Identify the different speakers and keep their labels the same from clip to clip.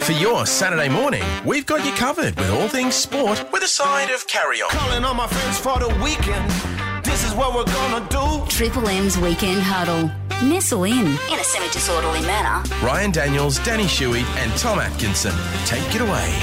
Speaker 1: For your Saturday morning, we've got you covered with all things sport with a side of carry on.
Speaker 2: Calling all my friends for the weekend. This is what we're gonna do.
Speaker 3: Triple M's Weekend Huddle. Nestle in in a semi disorderly manner.
Speaker 1: Ryan Daniels, Danny Shuey, and Tom Atkinson. Take it away.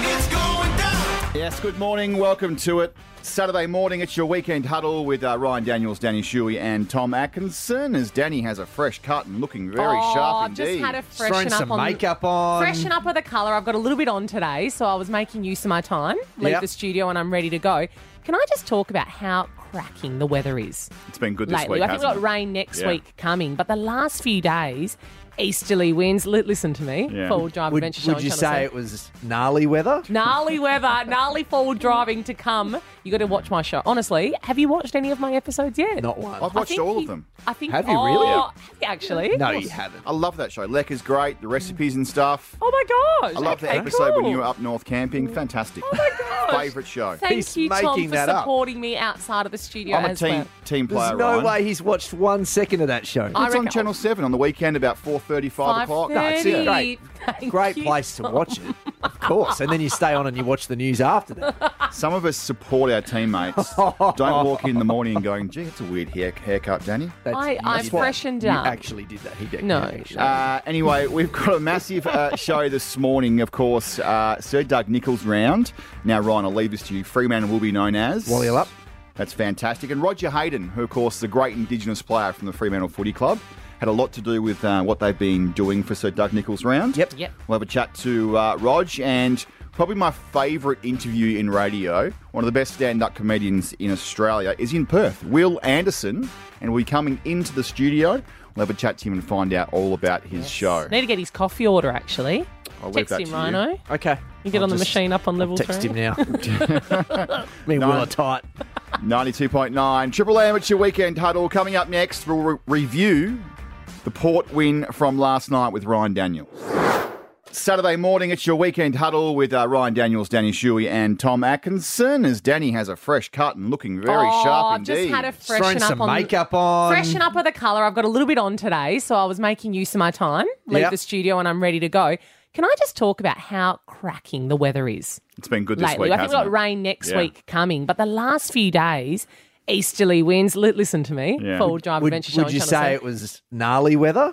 Speaker 2: It's going down.
Speaker 4: Yes, good morning. Welcome to it. Saturday morning, it's your weekend huddle with uh, Ryan Daniels, Danny Shuey, and Tom Atkinson. As Danny has a fresh cut and looking very
Speaker 5: oh,
Speaker 4: sharp
Speaker 5: I've
Speaker 4: indeed.
Speaker 5: just had to
Speaker 6: Just
Speaker 5: freshen
Speaker 6: throwing
Speaker 5: up
Speaker 6: some
Speaker 5: on
Speaker 6: makeup on.
Speaker 5: Freshen up with a colour. I've got a little bit on today, so I was making use of my time. Leave
Speaker 6: Yep.
Speaker 5: the studio and I'm ready to go. Can I just talk about how cracking the weather is
Speaker 4: it's been good this
Speaker 5: lately?
Speaker 4: week.
Speaker 5: I think we've
Speaker 4: hasn't
Speaker 5: got
Speaker 4: it?
Speaker 5: rain next
Speaker 4: Yeah.
Speaker 5: week coming, but the last few days, easterly winds. Li- listen to me.
Speaker 4: Yeah.
Speaker 5: Four drive
Speaker 6: Would,
Speaker 5: adventure show.
Speaker 6: would
Speaker 5: on
Speaker 6: you
Speaker 5: Channel
Speaker 6: say
Speaker 5: 7.
Speaker 6: it was gnarly weather?
Speaker 5: Gnarly weather, gnarly fall driving to come. You got to watch my show. Honestly, have you watched any of my episodes yet?
Speaker 6: Not one.
Speaker 4: I've
Speaker 5: I
Speaker 4: watched
Speaker 5: think
Speaker 4: all
Speaker 5: you-
Speaker 4: of them.
Speaker 5: I think.
Speaker 6: Have you really?
Speaker 5: Oh, have you actually?
Speaker 6: no, you haven't.
Speaker 4: I love that show. Lek is great. The recipes and stuff.
Speaker 5: Oh my gosh!
Speaker 4: I love the
Speaker 5: Okay,
Speaker 4: episode when
Speaker 5: cool.
Speaker 4: you were up north camping. Fantastic. Oh
Speaker 5: my gosh.
Speaker 4: Favorite show.
Speaker 5: Thank
Speaker 6: He's
Speaker 5: you, Tom,
Speaker 6: making
Speaker 5: for
Speaker 6: that up.
Speaker 5: supporting me outside of the studio
Speaker 4: I'm a
Speaker 5: as
Speaker 4: team
Speaker 5: well.
Speaker 4: team player.
Speaker 6: There's no
Speaker 4: Ryan.
Speaker 6: way he's watched one second of that show.
Speaker 5: I
Speaker 4: It's on
Speaker 5: reckon-
Speaker 4: Channel Seven on the weekend about 4:30, 5 o'clock.
Speaker 6: No, it's yeah.
Speaker 5: 5:30.
Speaker 6: great.
Speaker 5: Thank
Speaker 6: Great
Speaker 5: you,
Speaker 6: place to watch it, of course. And then you stay on and you watch the news after that.
Speaker 4: Some of us support our teammates. Don't walk in the morning and going, "Gee, it's a weird hair- haircut, Danny."
Speaker 6: That's,
Speaker 5: I- I
Speaker 6: that's what-
Speaker 5: freshened
Speaker 6: you
Speaker 5: up.
Speaker 6: actually did that. He did.
Speaker 5: No,
Speaker 6: actually.
Speaker 4: Uh, anyway, we've got a massive uh, show this morning, of course. Uh, Sir Doug Nichols round. Now, Ryan, I'll leave this to you. Freeman will be known as.
Speaker 6: Wally up.
Speaker 4: That's fantastic. And Roger Hayden, who, of course, is a great Indigenous player from the Fremantle Footy Club, had a lot to do with uh, what they've been doing for Sir Doug Nichols round.
Speaker 6: Yep.
Speaker 5: Yep.
Speaker 4: We'll have a chat to uh, Rog and probably my favourite interview in radio, one of the best stand up comedians in Australia, is in Perth, Will Anderson. And we'll be coming into the studio. We'll have a chat to him and find out all about his show.
Speaker 5: Need to get his coffee order actually.
Speaker 4: I'll leave
Speaker 5: Text
Speaker 4: that
Speaker 5: him,
Speaker 4: to
Speaker 5: Rhino. You,
Speaker 6: Okay.
Speaker 5: get
Speaker 6: I'll
Speaker 5: on the
Speaker 6: just
Speaker 5: machine up on level
Speaker 6: Text
Speaker 5: three.
Speaker 6: him now. Me and Will are tight.
Speaker 4: 92.9 Triple M, it's your weekend huddle. Coming up next, we'll re- review the Port win from last night with Ryan Daniels. Saturday morning, it's your weekend huddle with uh, Ryan Daniels, Danny Shuey, and Tom Atkinson. As Danny has a fresh cut and looking very
Speaker 5: oh,
Speaker 4: sharp
Speaker 5: I've just
Speaker 4: indeed.
Speaker 5: had to
Speaker 6: Just
Speaker 5: freshen
Speaker 6: throwing
Speaker 5: up
Speaker 6: some
Speaker 5: on
Speaker 6: makeup on.
Speaker 5: Freshen up with a colour. I've got a little bit on today, so I was making use of my time. Leave
Speaker 6: Yep.
Speaker 5: the studio and I'm ready to go. Can I just talk about how cracking the weather is?
Speaker 4: it's been good this
Speaker 5: lately.
Speaker 4: week,
Speaker 5: I think
Speaker 4: hasn't
Speaker 5: we've
Speaker 4: it?
Speaker 5: got rain next
Speaker 4: Yeah.
Speaker 5: week coming, but the last few days, easterly winds. Li- listen to me.
Speaker 4: Yeah.
Speaker 5: Fall drive
Speaker 6: Would,
Speaker 5: adventure show.
Speaker 6: would
Speaker 5: on
Speaker 6: you
Speaker 5: Channel
Speaker 6: say
Speaker 5: 7.
Speaker 6: it was gnarly weather?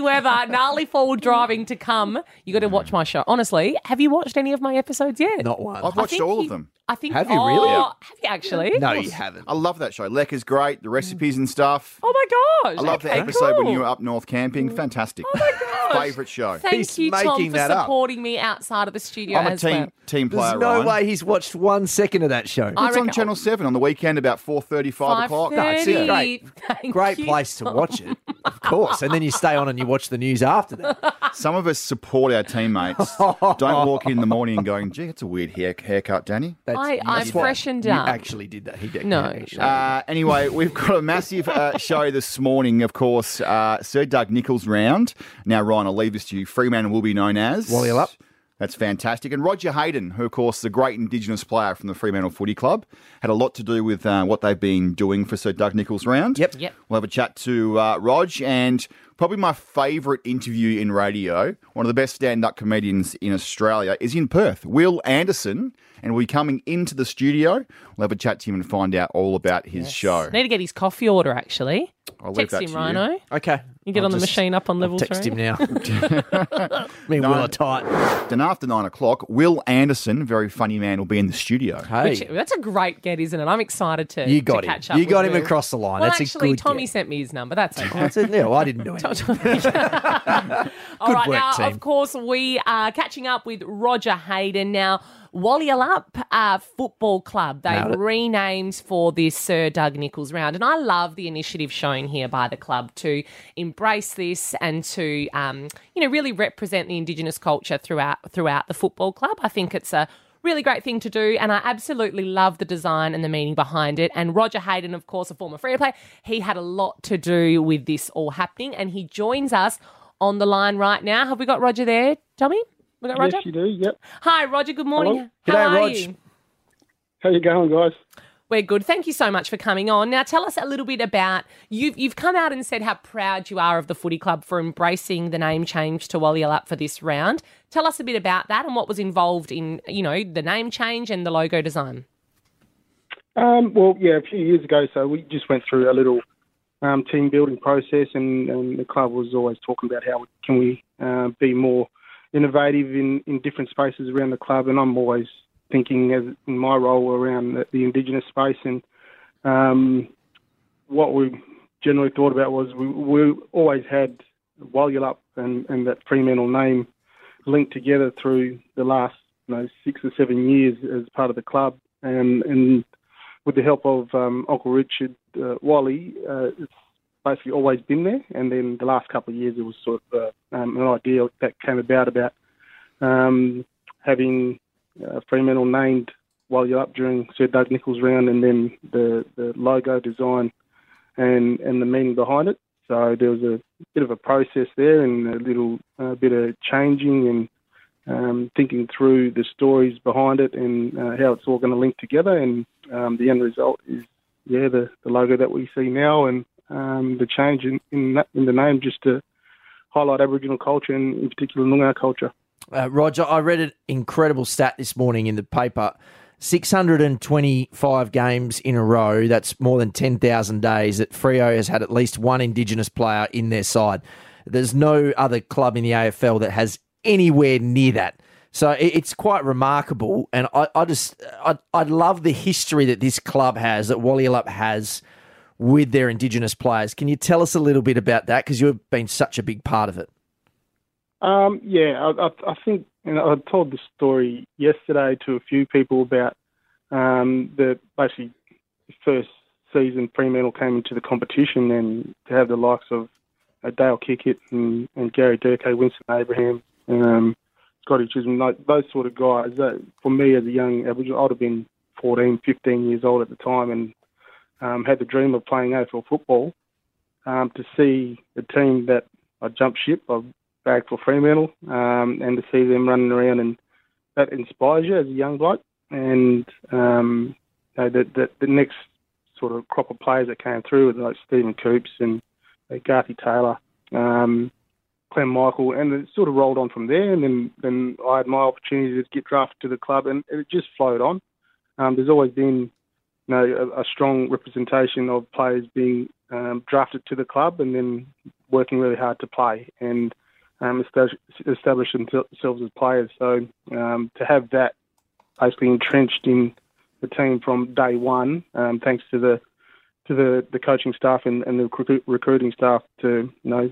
Speaker 5: weather, gnarly fall driving to come? You got to watch my show. Honestly, have you watched any of my episodes yet?
Speaker 6: Not one.
Speaker 4: I've
Speaker 5: I
Speaker 4: watched
Speaker 5: think
Speaker 4: all
Speaker 5: you-
Speaker 4: of them.
Speaker 5: I think.
Speaker 6: Have you really?
Speaker 5: Oh, Have you actually?
Speaker 6: no, you haven't.
Speaker 4: I love that show. Lek is great, the recipes and stuff.
Speaker 5: Oh my gosh!
Speaker 4: I love the
Speaker 5: Okay,
Speaker 4: episode when
Speaker 5: cool.
Speaker 4: you were up north camping. Fantastic. Oh
Speaker 5: my gosh.
Speaker 4: Favourite show.
Speaker 5: Thank
Speaker 6: He's
Speaker 5: you, Tom,
Speaker 6: making
Speaker 5: for
Speaker 6: that up.
Speaker 5: supporting me outside of the studio
Speaker 4: I'm a
Speaker 5: as
Speaker 4: team
Speaker 5: well.
Speaker 4: team player.
Speaker 6: There's no
Speaker 4: Ryan.
Speaker 6: way he's watched one second of that show.
Speaker 5: I
Speaker 4: It's on
Speaker 5: reckon-
Speaker 4: Channel Seven on the weekend about 4:30, 5 o'clock.
Speaker 6: That's it.
Speaker 5: 5:30.
Speaker 6: Great,
Speaker 5: Thank
Speaker 6: great
Speaker 5: you,
Speaker 6: place to watch it, of course. And then you stay on and you watch the news after that.
Speaker 4: Some of us support our teammates. Don't walk in the morning and going, "Gee, it's a weird hair- haircut, Danny."
Speaker 6: That's,
Speaker 5: I- I
Speaker 6: that's what
Speaker 5: freshened
Speaker 6: you
Speaker 5: up.
Speaker 6: Actually, did that. He did.
Speaker 5: No.
Speaker 6: actually.
Speaker 4: Uh, anyway, we've got a massive uh, show this morning. Of course, uh, Sir Doug Nichols round. Now, Ryan, I'll leave this to you. Freeman will be known as
Speaker 6: Wally up.
Speaker 4: That's fantastic. And Roger Hayden, who, of course, the great Indigenous player from the Fremantle Footy Club, had a lot to do with uh, what they've been doing for Sir Doug Nichols round.
Speaker 6: Yep.
Speaker 5: Yep.
Speaker 4: We'll have a chat to uh, Rog and probably my favourite interview in radio, one of the best stand up comedians in Australia, is in Perth, Will Anderson. And we'll be coming into the studio. We'll have a chat to him and find out all about his show.
Speaker 5: Need to get his coffee order actually.
Speaker 4: I'll leave
Speaker 5: Text
Speaker 4: that
Speaker 5: him,
Speaker 4: to you.
Speaker 5: Rhino.
Speaker 6: okay.
Speaker 5: You get
Speaker 6: I'll
Speaker 5: on the
Speaker 6: just-
Speaker 5: machine up on level
Speaker 6: Text
Speaker 5: three.
Speaker 6: him now. Me and Will are tight.
Speaker 4: Then after nine o'clock, Will Anderson, very funny man, will be in the studio.
Speaker 6: Hey,
Speaker 5: Which- that's a great get, isn't it? I'm excited to
Speaker 6: you got
Speaker 5: to
Speaker 6: him.
Speaker 5: catch up
Speaker 6: You got
Speaker 5: with
Speaker 6: him
Speaker 5: Lou.
Speaker 6: across the line.
Speaker 5: Well,
Speaker 6: that's a
Speaker 5: actually,
Speaker 6: good
Speaker 5: Tommy
Speaker 6: get.
Speaker 5: sent me his number. That's okay.
Speaker 6: That's it. No, I didn't know. anything.
Speaker 5: All
Speaker 6: work,
Speaker 5: right, now
Speaker 6: team.
Speaker 5: of course we are catching up with Roger Hayden now. Wallyall Up uh, Football Club. They
Speaker 6: Nailed it.
Speaker 5: renamed for this Sir Doug Nichols round, and I love the initiative shown here by the club to embrace this and to um, you know really represent the Indigenous culture throughout throughout the football club. I think it's a really great thing to do, and I absolutely love the design and the meaning behind it. And Roger Hayden, of course, a former free player, he had a lot to do with this all happening, and he joins us on the line right now. Have we got Roger there, Tommy? We got Roger.
Speaker 7: Yes, you do. Yep.
Speaker 5: Hi, Roger. Good morning.
Speaker 7: Hello.
Speaker 5: How
Speaker 6: G'day,
Speaker 5: are
Speaker 6: Rog.
Speaker 5: you?
Speaker 7: How you going, guys?
Speaker 5: We're good. Thank you so much for coming on. Now, tell us a little bit about you've you've come out and said how proud you are of the Footy Club for embracing the name change to Wallyulup for this round. Tell us a bit about that and what was involved in you know the name change and the logo design.
Speaker 7: Um, well, yeah, a few years ago, so we just went through a little um, team building process, and, and the club was always talking about how can we uh, be more innovative in, in different spaces around the club, and I'm always thinking as in my role around the, the Indigenous space, and um, what we generally thought about was we, we always had Wallyulup and, and that Fremantle name linked together through the last you know, six or seven years as part of the club, and, and with the help of um, Uncle Richard uh, Wally, uh, it's basically always been there. And then the last couple of years, it was sort of uh, um, an idea that came about about um, having uh, Fremantle named while you're up during Sir Doug Nichols' round, and then the, the logo design and and the meaning behind it. So there was a bit of a process there, and a little uh, bit of changing and um, thinking through the stories behind it and uh, how it's all going to link together. And um, the end result is, yeah, the, the logo that we see now and um, the change in, in, that, in the name just to highlight Aboriginal culture and in particular Noongar culture.
Speaker 6: Uh, Roger, I read an incredible stat this morning in the paper. 625 games in a row, that's more than 10,000 days, that Frio has had at least one Indigenous player in their side. There's no other club in the AFL that has anywhere near that. So it- it's quite remarkable. And I, I just, I, I love the history that this club has, that Wallyulup has with their Indigenous players. Can you tell us a little bit about that? Because you've been such a big part of it.
Speaker 7: Um, yeah, I, I, I think, and I told this story yesterday to a few people about um, the basically the first season Fremantle came into the competition, and to have the likes of uh, Dale Kickett and, and Gary Durkay, Winston Abraham, um, Scotty Chisholm, tho- those sort of guys. That, for me, as a young Aboriginal, I'd have been 14, 15 years old at the time, and um, had the dream of playing AFL football. Um, to see the team that I jumped ship, I bagged for Fremantle, um, and to see them running around and that inspires you as a young bloke. And um, you know, the, the, the next sort of crop of players that came through were like Stephen Coops and uh, Garthi Taylor, um, Clem Michael, and it sort of rolled on from there. And then, then I had my opportunity to get drafted to the club, and it just flowed on. Um, there's always been you know, a, a strong representation of players being um, drafted to the club and then working really hard to play and um, establish, establish themselves as players. So um, to have that basically entrenched in the team from day one, um, thanks to the to the, the coaching staff and, and the recruit, recruiting staff to you know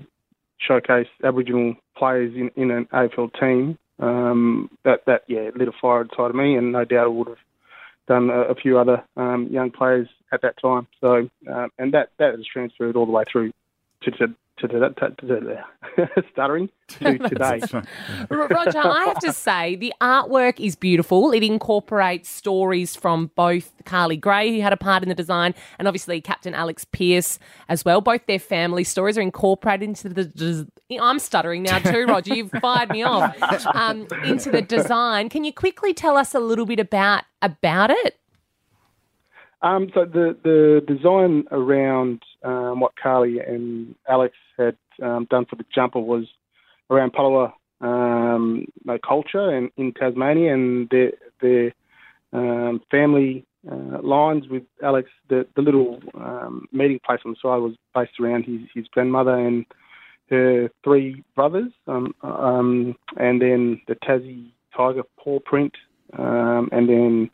Speaker 7: showcase Aboriginal players in, in an AFL team. Um, that that yeah lit a fire inside of me, and no doubt it would have done a, a few other um, young players at that time. So, um, and that that is transferred all the way through to to to, to, to, to, to stuttering to today.
Speaker 5: R- Roger, I have to say the artwork is beautiful. It incorporates stories from both Carly Gray, who had a part in the design, and obviously Captain Alex Pierce as well. Both their family stories are incorporated into the. Des- I'm stuttering now too, Roger. You've fired me off. Um, into the design. Can you quickly tell us a little bit about about it?
Speaker 7: Um, so the the design around um, what Carly and Alex had um, done for the jumper was around Palawa um, like culture and in Tasmania and their their um, family uh, lines with Alex. The the little um, meeting place on the side was based around his his grandmother and her three brothers, um, um, and then the Tassie tiger paw print, um, and then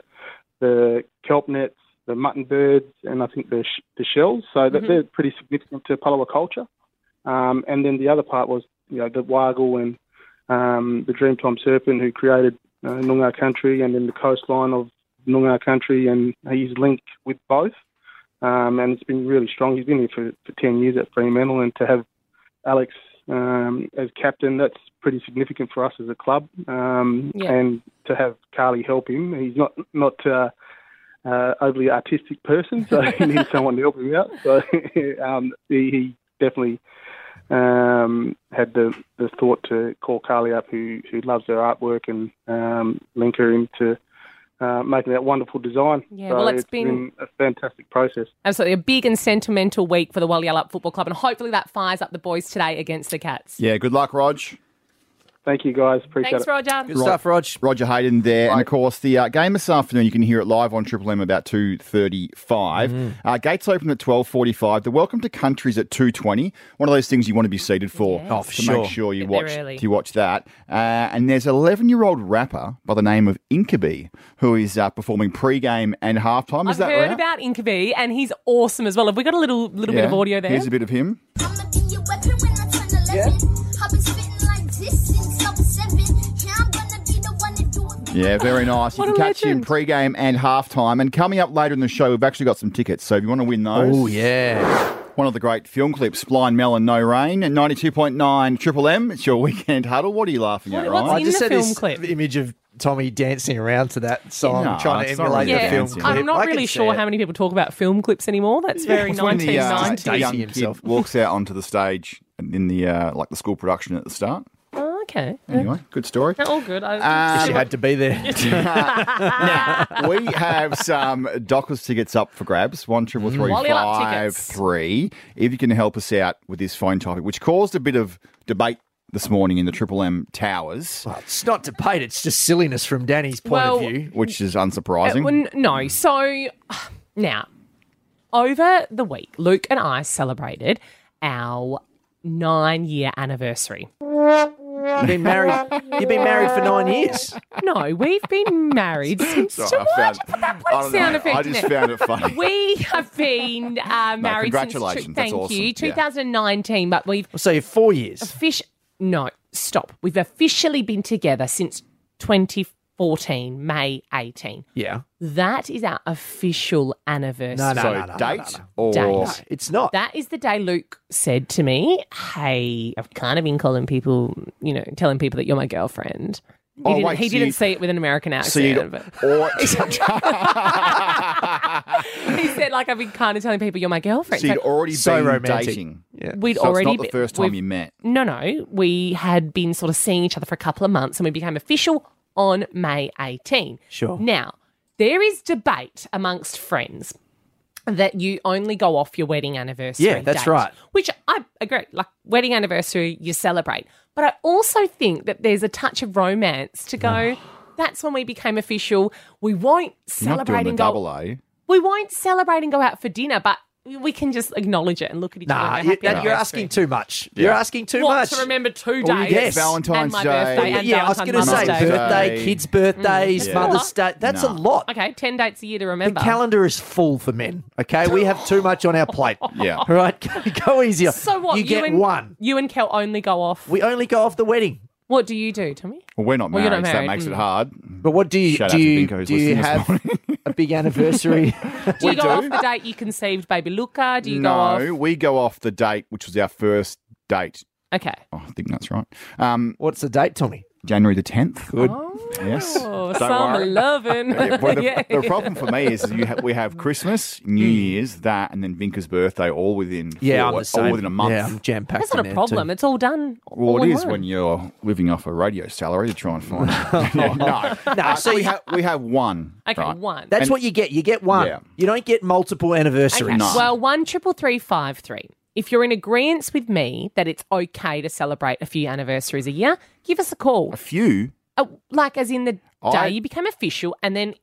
Speaker 7: the kelp nets, the mutton birds, and I think the, sh- the shells. So that they're pretty significant to Palawa culture. Um, and then the other part was you know the wargle and um, the dreamtime serpent who created uh, Noongar country, and then the coastline of Noongar country, and his link with both. Um, and it's been really strong. He's been here for, for ten years at Fremantle, and to have Alex um, as captain, that's pretty significant for us as a club. Um,
Speaker 5: Yeah.
Speaker 7: And to have Carly help him, he's not not uh, uh, overly artistic person, so he needs someone to help him out. So um, he, he definitely um, had the, the thought to call Carly up, who who loves her artwork, and um, link her into uh, making that wonderful design.
Speaker 5: Yeah, well, it's
Speaker 7: it's
Speaker 5: been-
Speaker 7: been a fantastic process.
Speaker 5: Absolutely, a big and sentimental week for the Wallyallup Football Club, and hopefully that fires up the boys today against the Cats.
Speaker 4: Yeah, good luck, Rog.
Speaker 7: Thank you, guys. Appreciate
Speaker 5: Thanks,
Speaker 7: it.
Speaker 5: Roger.
Speaker 6: Good stuff, Rog.
Speaker 4: Roger Hayden there, and of course the uh, game this afternoon. You can hear it live on Triple M about two thirty-five.
Speaker 6: Mm.
Speaker 4: Uh, gates open at twelve forty-five. The Welcome to Countries at two twenty. One of those things you want to be seated for.
Speaker 6: Oh, for
Speaker 4: to
Speaker 6: sure.
Speaker 4: make sure you
Speaker 5: Get there
Speaker 4: watch
Speaker 5: early.
Speaker 4: you watch that. Uh, and there's an eleven-year-old rapper by the name of Inkaby who is uh, performing pre-game and halftime. Is
Speaker 5: I've
Speaker 4: that
Speaker 5: heard
Speaker 4: right?
Speaker 5: about Inkaby, and he's awesome as well. Have we got a little little bit of
Speaker 4: Yeah.
Speaker 5: audio there?
Speaker 4: Here's a bit of him.
Speaker 8: I'ma be your weapon when I turn 11. I've been spitting like this since I was seven. Yeah, I'm gonna be the one to do it.
Speaker 4: Yeah, very nice. You
Speaker 5: What
Speaker 4: can
Speaker 5: a
Speaker 4: catch him
Speaker 5: legend.
Speaker 4: pre-game and halftime. And coming up later in the show, we've actually got some tickets. So if you want to win those,
Speaker 6: Oh, yeah.
Speaker 4: One of the great film clips, Blind Melon, No Rain, and 92.9 Triple M. It's your weekend huddle. What are you laughing at,
Speaker 5: What- what's
Speaker 4: Ryan?
Speaker 5: in the film
Speaker 6: this
Speaker 5: clip?
Speaker 6: image of Tommy dancing around to that song,
Speaker 4: No,
Speaker 6: trying to
Speaker 4: it's not
Speaker 6: emulate
Speaker 4: really
Speaker 6: the film
Speaker 4: dancing.
Speaker 6: clip.
Speaker 5: I'm
Speaker 6: I
Speaker 5: not
Speaker 6: can
Speaker 5: really
Speaker 6: see
Speaker 5: sure
Speaker 6: it.
Speaker 5: how many people talk about film clips anymore. That's very
Speaker 4: It's when the, uh,
Speaker 5: 1990.
Speaker 4: the young
Speaker 6: Dating
Speaker 4: kid
Speaker 6: himself.
Speaker 4: walks out onto the stage in the uh, like the school production at the start.
Speaker 5: Oh, okay.
Speaker 4: Anyway, good story.
Speaker 5: All good.
Speaker 4: Uh,
Speaker 5: I,
Speaker 6: She had to be there.
Speaker 4: we have some Dockers tickets up for grabs. One triple three
Speaker 5: Wally Mm. up
Speaker 4: five
Speaker 5: tickets.
Speaker 4: three. If you can help us out with this phone topic, which caused a bit of debate this morning in the Triple M Towers,
Speaker 6: it's not debate. It's just silliness from Danny's point
Speaker 5: Well,
Speaker 6: of view.
Speaker 4: which is
Speaker 5: Uh,
Speaker 4: unsurprising.
Speaker 5: well, n- no. So now, over the week, Luke and I celebrated our nine year anniversary.
Speaker 6: You've been married. You've been married for nine years.
Speaker 5: No, we've been married since.
Speaker 4: Sorry,
Speaker 5: so
Speaker 4: I
Speaker 5: why
Speaker 4: found-
Speaker 5: did you put that
Speaker 4: I
Speaker 5: bloody
Speaker 4: don't know.
Speaker 5: sound effect
Speaker 4: I
Speaker 5: in
Speaker 4: just
Speaker 5: there?
Speaker 4: found it funny.
Speaker 5: We have been uh, married since. two-
Speaker 4: congratulations. That's
Speaker 5: Thank you.
Speaker 4: awesome. Yeah.
Speaker 5: 2019, but we've
Speaker 6: So you're four years.
Speaker 5: fish. No, stop. We've officially been together since 2014, May 18.
Speaker 6: Yeah.
Speaker 5: That is our official anniversary.
Speaker 6: No, no,
Speaker 4: so
Speaker 6: no, no,
Speaker 4: date
Speaker 6: no, no.
Speaker 4: or
Speaker 5: Date.
Speaker 6: It's not.
Speaker 5: That is the day Luke said to me, Hey, I've kind of been calling people, you know, telling people that you're my girlfriend. He
Speaker 4: Oh,
Speaker 5: didn't,
Speaker 4: wait,
Speaker 5: he
Speaker 4: so
Speaker 5: didn't
Speaker 4: you-
Speaker 5: say it with an American
Speaker 4: So you
Speaker 5: accent, but
Speaker 4: or
Speaker 5: he said, like, I've been kind of telling people you're my girlfriend.
Speaker 4: so you'd
Speaker 5: So
Speaker 4: already
Speaker 6: So
Speaker 4: been
Speaker 6: romantic.
Speaker 4: dating.
Speaker 5: we'd
Speaker 4: So
Speaker 5: already
Speaker 4: it's not
Speaker 5: been-
Speaker 4: the first time
Speaker 5: we've-
Speaker 4: you met.
Speaker 5: No, no. We had been sort of seeing each other for a couple of months and we became official on May 18.
Speaker 6: Sure.
Speaker 5: Now, there is debate amongst friends that you only go off your wedding anniversary.
Speaker 6: Yeah, that's
Speaker 5: date,
Speaker 6: right.
Speaker 5: Which I agree. Like, wedding anniversary, you celebrate. But I also think that there's a touch of romance to go. That's when we became official. We won't
Speaker 4: You're not doing
Speaker 5: celebrate
Speaker 4: the
Speaker 5: and go.
Speaker 4: double eh? A.
Speaker 5: We won't celebrate and go out for dinner, but we can just acknowledge it and look at each other.
Speaker 6: Nah,
Speaker 5: and
Speaker 6: you,
Speaker 5: happy
Speaker 6: that, you're
Speaker 5: anniversary.
Speaker 6: asking too much. You're asking too
Speaker 5: What,
Speaker 6: much. Oh,
Speaker 5: to remember two
Speaker 6: Well,
Speaker 5: days.
Speaker 6: you get
Speaker 4: Valentine's
Speaker 5: and my
Speaker 4: Day.
Speaker 5: birthday and
Speaker 6: yeah, I was
Speaker 5: Valentine's
Speaker 6: going to say
Speaker 5: Mother's Day. Mm.
Speaker 6: birthday,
Speaker 4: Day.
Speaker 6: kids' birthdays,
Speaker 4: Yeah.
Speaker 6: Mother's Day. That's a
Speaker 4: Nah.
Speaker 6: lot.
Speaker 5: Okay, ten dates a year to
Speaker 6: The
Speaker 5: remember.
Speaker 6: calendar is full for men. Okay, we have too much on our plate.
Speaker 4: Yeah.
Speaker 6: All right, go easier.
Speaker 5: so what?
Speaker 6: You, get
Speaker 5: and,
Speaker 6: one.
Speaker 5: You and Kel only go off.
Speaker 6: We only go off the wedding.
Speaker 5: what do you do, Tommy?
Speaker 4: Well, we're not
Speaker 5: Well,
Speaker 4: married,
Speaker 5: you're not
Speaker 4: so
Speaker 5: married,
Speaker 4: that makes it
Speaker 5: mm.
Speaker 4: hard.
Speaker 6: But what do you
Speaker 4: Shout out to
Speaker 6: do? You,
Speaker 4: Binko who's
Speaker 6: do you
Speaker 4: listening this
Speaker 6: have
Speaker 4: morning.
Speaker 6: a big anniversary?
Speaker 5: Do you go
Speaker 4: do.
Speaker 5: off the date you conceived baby Luca? Do you
Speaker 4: no,
Speaker 5: go off?
Speaker 4: we go off the date, which was our first date.
Speaker 5: Okay.
Speaker 4: Oh, I think that's right. Um,
Speaker 6: What's the date, Tommy?
Speaker 4: January the tenth.
Speaker 6: Good.
Speaker 4: Yes.
Speaker 5: Oh,
Speaker 4: Don't
Speaker 5: summer
Speaker 4: worry.
Speaker 5: loving.
Speaker 4: Yeah, well, the,
Speaker 5: Yeah.
Speaker 4: the problem for me is you ha- we have Christmas, New Year's, that, and then Vinca's birthday all within
Speaker 6: Yeah,
Speaker 4: four-
Speaker 6: I'm the same.
Speaker 4: all oh, within a month.
Speaker 6: Yeah, I'm jam packed.
Speaker 5: That's not a problem. It's all done.
Speaker 4: Well,
Speaker 5: all
Speaker 4: it
Speaker 5: in
Speaker 4: is
Speaker 5: one.
Speaker 4: when you're living off a radio salary to try and find. Yeah, no,
Speaker 6: No, so
Speaker 4: we
Speaker 6: you-
Speaker 4: have we have one.
Speaker 5: Okay,
Speaker 4: right?
Speaker 5: one.
Speaker 6: That's
Speaker 4: And-
Speaker 6: what you get. You get one.
Speaker 4: Yeah.
Speaker 6: You don't get multiple anniversaries.
Speaker 5: Okay.
Speaker 4: No.
Speaker 5: Well, one triple three five three. If you're in agreement with me that it's okay to celebrate a few anniversaries a year, give us a call.
Speaker 4: A few.
Speaker 5: Uh, like as in the
Speaker 4: I-
Speaker 5: day you became official, and then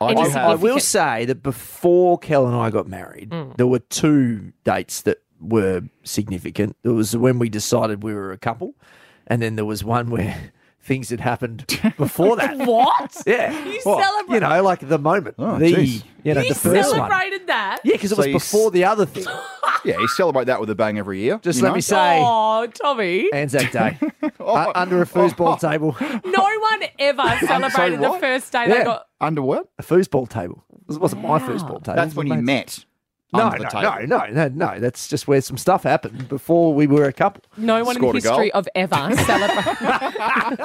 Speaker 4: I
Speaker 5: any
Speaker 4: do
Speaker 6: I,
Speaker 4: have-
Speaker 6: I will
Speaker 5: significant-
Speaker 6: say that before Kel and I got married,
Speaker 5: Hmm.
Speaker 6: there were two dates that were significant. It was when we decided we were a couple, and then there was one where things had happened before that.
Speaker 5: what?
Speaker 6: Yeah, you
Speaker 5: celebrate-
Speaker 6: You know, like the moment,
Speaker 4: Oh,
Speaker 6: the
Speaker 4: jeez.
Speaker 6: you know
Speaker 5: you
Speaker 6: the first one.
Speaker 5: celebrated that.
Speaker 6: Yeah, because it
Speaker 4: So
Speaker 6: was
Speaker 4: you s-
Speaker 6: before the other thing.
Speaker 4: Yeah, you celebrate that with a bang every year.
Speaker 6: Just
Speaker 4: you
Speaker 6: let
Speaker 4: know?
Speaker 6: me say,
Speaker 5: Oh, Tommy.
Speaker 6: Anzac Day, uh, under a
Speaker 4: Oh.
Speaker 6: foosball table, a
Speaker 5: No one ever celebrated the
Speaker 4: what?
Speaker 5: first day
Speaker 6: Yeah.
Speaker 5: they got.
Speaker 4: Under what?
Speaker 6: foosball table. It wasn't my foosball table.
Speaker 4: That's when you
Speaker 6: Mates.
Speaker 4: met.
Speaker 6: No,
Speaker 4: under the
Speaker 6: no,
Speaker 4: table.
Speaker 6: no, no, no, no. That's just where some stuff happened before we were a couple.
Speaker 5: No one in
Speaker 4: Scored
Speaker 5: the
Speaker 4: a goal.
Speaker 5: history of ever celebrated.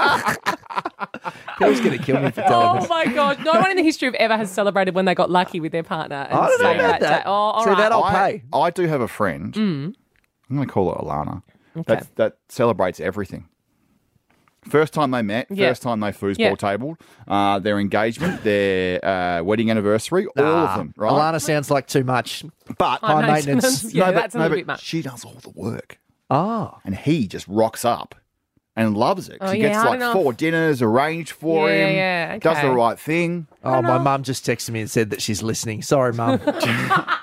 Speaker 6: Kel's going to kill me for telling
Speaker 5: oh
Speaker 6: this.
Speaker 5: my god! No one in the history of ever has celebrated when they got lucky with their partner. And
Speaker 6: I don't know
Speaker 5: say
Speaker 6: about
Speaker 5: day.
Speaker 6: that.
Speaker 5: Oh, all
Speaker 6: See,
Speaker 5: right.
Speaker 6: that I'll
Speaker 4: I,
Speaker 6: pay.
Speaker 4: I do have a friend.
Speaker 5: Mm.
Speaker 4: I'm going to call her Alana. That that celebrates everything. First time they met,
Speaker 5: Yeah.
Speaker 4: first time they foosball
Speaker 5: Yeah.
Speaker 4: tabled, uh, their engagement, their uh, wedding anniversary, all
Speaker 5: Ah,
Speaker 4: of them, right?
Speaker 6: Alana sounds like too much.
Speaker 4: but
Speaker 6: High
Speaker 5: know,
Speaker 6: maintenance.
Speaker 5: sometimes- Yeah,
Speaker 4: no, but,
Speaker 5: that's a
Speaker 4: no,
Speaker 5: little
Speaker 4: but
Speaker 5: bit much.
Speaker 4: She does all the work,
Speaker 6: Ah,
Speaker 4: and he just rocks up and loves it. 'cause
Speaker 5: Oh,
Speaker 4: he
Speaker 5: yeah, I
Speaker 4: gets
Speaker 5: don't
Speaker 4: like
Speaker 5: know
Speaker 4: four dinners arranged for
Speaker 5: Yeah, yeah,
Speaker 4: him,
Speaker 5: yeah,
Speaker 4: does the
Speaker 5: okay.
Speaker 4: right thing.
Speaker 6: oh, my mum just texted me and said that she's listening. Sorry, mum.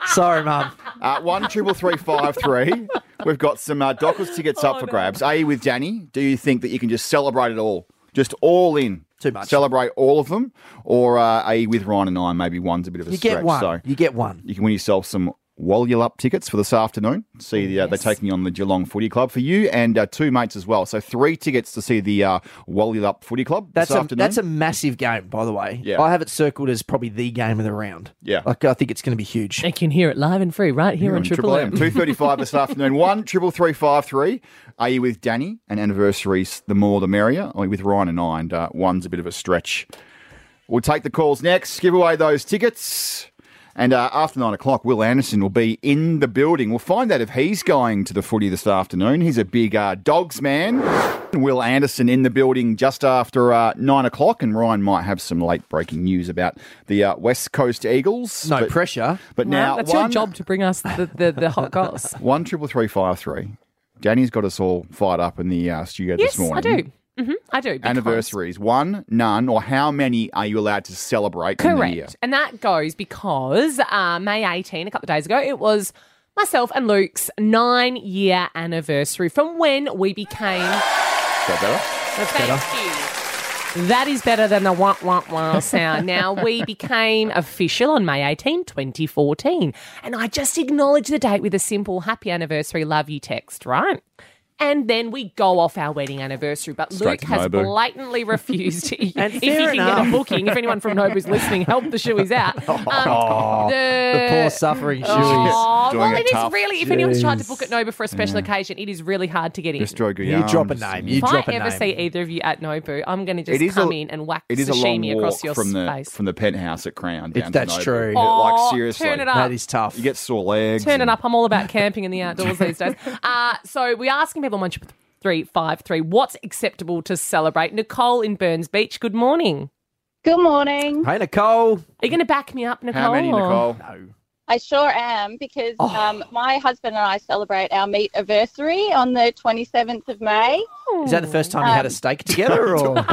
Speaker 6: Sorry, mum.
Speaker 4: Uh, one triple three five three. We've got some uh, Dockers tickets
Speaker 5: Oh,
Speaker 4: up for grabs. Are you with Danny? Do you think that you can just celebrate it all, just all in?
Speaker 6: Too much.
Speaker 4: Celebrate all of them, or uh, are you with Ryan and I? Maybe one's a bit of a
Speaker 6: You
Speaker 4: stretch.
Speaker 6: get one.
Speaker 4: So
Speaker 6: You get one.
Speaker 4: you can win yourself some Wallul Up tickets for this afternoon. See, the, uh, they're taking on the Geelong Footy Club for you and uh, two mates as well. So three tickets to see the uh, Wallul Up Footy Club
Speaker 6: That's
Speaker 4: this
Speaker 6: a
Speaker 4: afternoon.
Speaker 6: that's a massive game, by the way.
Speaker 4: Yeah.
Speaker 6: I have it circled as probably the game of the round.
Speaker 4: Yeah.
Speaker 6: like I think it's going to be huge.
Speaker 5: You can hear it live and free right here on Triple M.
Speaker 4: Two thirty-five this afternoon. One triple three five three. Are you with Danny? And anniversaries, the more the merrier. Are you with Ryan and I? And uh, one's a bit of a stretch. We'll take the calls next. Give away those tickets. And uh, after nine o'clock, Will Anderson will be in the building. We'll find out if he's going to the footy this afternoon. He's a big uh, dogs man. Will Anderson in the building just after uh, nine o'clock, and Ryan might have some late breaking news about the uh, West Coast Eagles.
Speaker 6: No
Speaker 4: but,
Speaker 6: pressure.
Speaker 4: But
Speaker 5: Well,
Speaker 4: now
Speaker 5: that's
Speaker 4: one,
Speaker 5: your job to bring us the, the, the hot goss.
Speaker 4: one triple three five three. Danny's got us all fired up in the uh, studio
Speaker 5: yes,
Speaker 4: this morning.
Speaker 5: I do. hmm I do. because-
Speaker 4: Anniversaries: one, none, or how many are you allowed to celebrate in the year?
Speaker 5: Correct. And that goes because uh, May 18, a couple of days ago, it was myself and Luke's nine year anniversary from when we became.
Speaker 4: Is that better?
Speaker 5: That's Thank you. That is better than the wah wah wah sound. Now, we became official on May 18, 2014. And I just acknowledge the date with a simple happy anniversary, love you text, right? And then we go off our wedding anniversary. But
Speaker 4: Straight
Speaker 5: Luke
Speaker 4: to
Speaker 5: has
Speaker 4: Nobu.
Speaker 5: blatantly refused to, if
Speaker 6: fair
Speaker 5: he can get
Speaker 6: enough.
Speaker 5: a booking. If anyone from Nobu's listening, help the shoeys out. Um,
Speaker 6: The poor suffering shoes.
Speaker 5: Oh,
Speaker 4: doing
Speaker 5: well,
Speaker 4: it
Speaker 5: it is
Speaker 4: tough.
Speaker 5: really, if anyone's tried to
Speaker 6: Jeez.
Speaker 5: book at Nobu for a special occasion, it is really hard to get in.
Speaker 4: Just drag your
Speaker 6: You drop a
Speaker 4: arms.
Speaker 6: name. You
Speaker 5: If I
Speaker 6: drop a
Speaker 5: ever
Speaker 6: name.
Speaker 5: see either of you at Nobu, I'm going to
Speaker 4: It
Speaker 5: just
Speaker 4: is
Speaker 5: come
Speaker 4: a-
Speaker 5: in and whack
Speaker 4: It is a long
Speaker 5: sashimi
Speaker 4: walk
Speaker 5: across your
Speaker 4: from the
Speaker 5: face.
Speaker 4: from the penthouse at Crown down.
Speaker 6: It's-
Speaker 4: to
Speaker 6: that's
Speaker 4: Nobu.
Speaker 6: true.
Speaker 4: It-
Speaker 5: Oh,
Speaker 4: like seriously,
Speaker 5: turn it up.
Speaker 6: that is tough.
Speaker 4: You get sore legs.
Speaker 5: Turn it
Speaker 4: and-
Speaker 5: up. I'm all about camping in the outdoors these days. Uh, so we're asking people one three five three. What's acceptable to celebrate? Nicole in Burns Beach. Good morning.
Speaker 9: Good morning.
Speaker 6: hey Nicole.
Speaker 5: Are you going to back me up, Nicole?
Speaker 4: How many,
Speaker 5: or-
Speaker 4: Nicole?
Speaker 9: I sure am because
Speaker 6: Oh.
Speaker 9: um, my husband and I celebrate our meet anniversary on the 27th of May.
Speaker 6: Is that the first time you had a steak together, or
Speaker 9: oh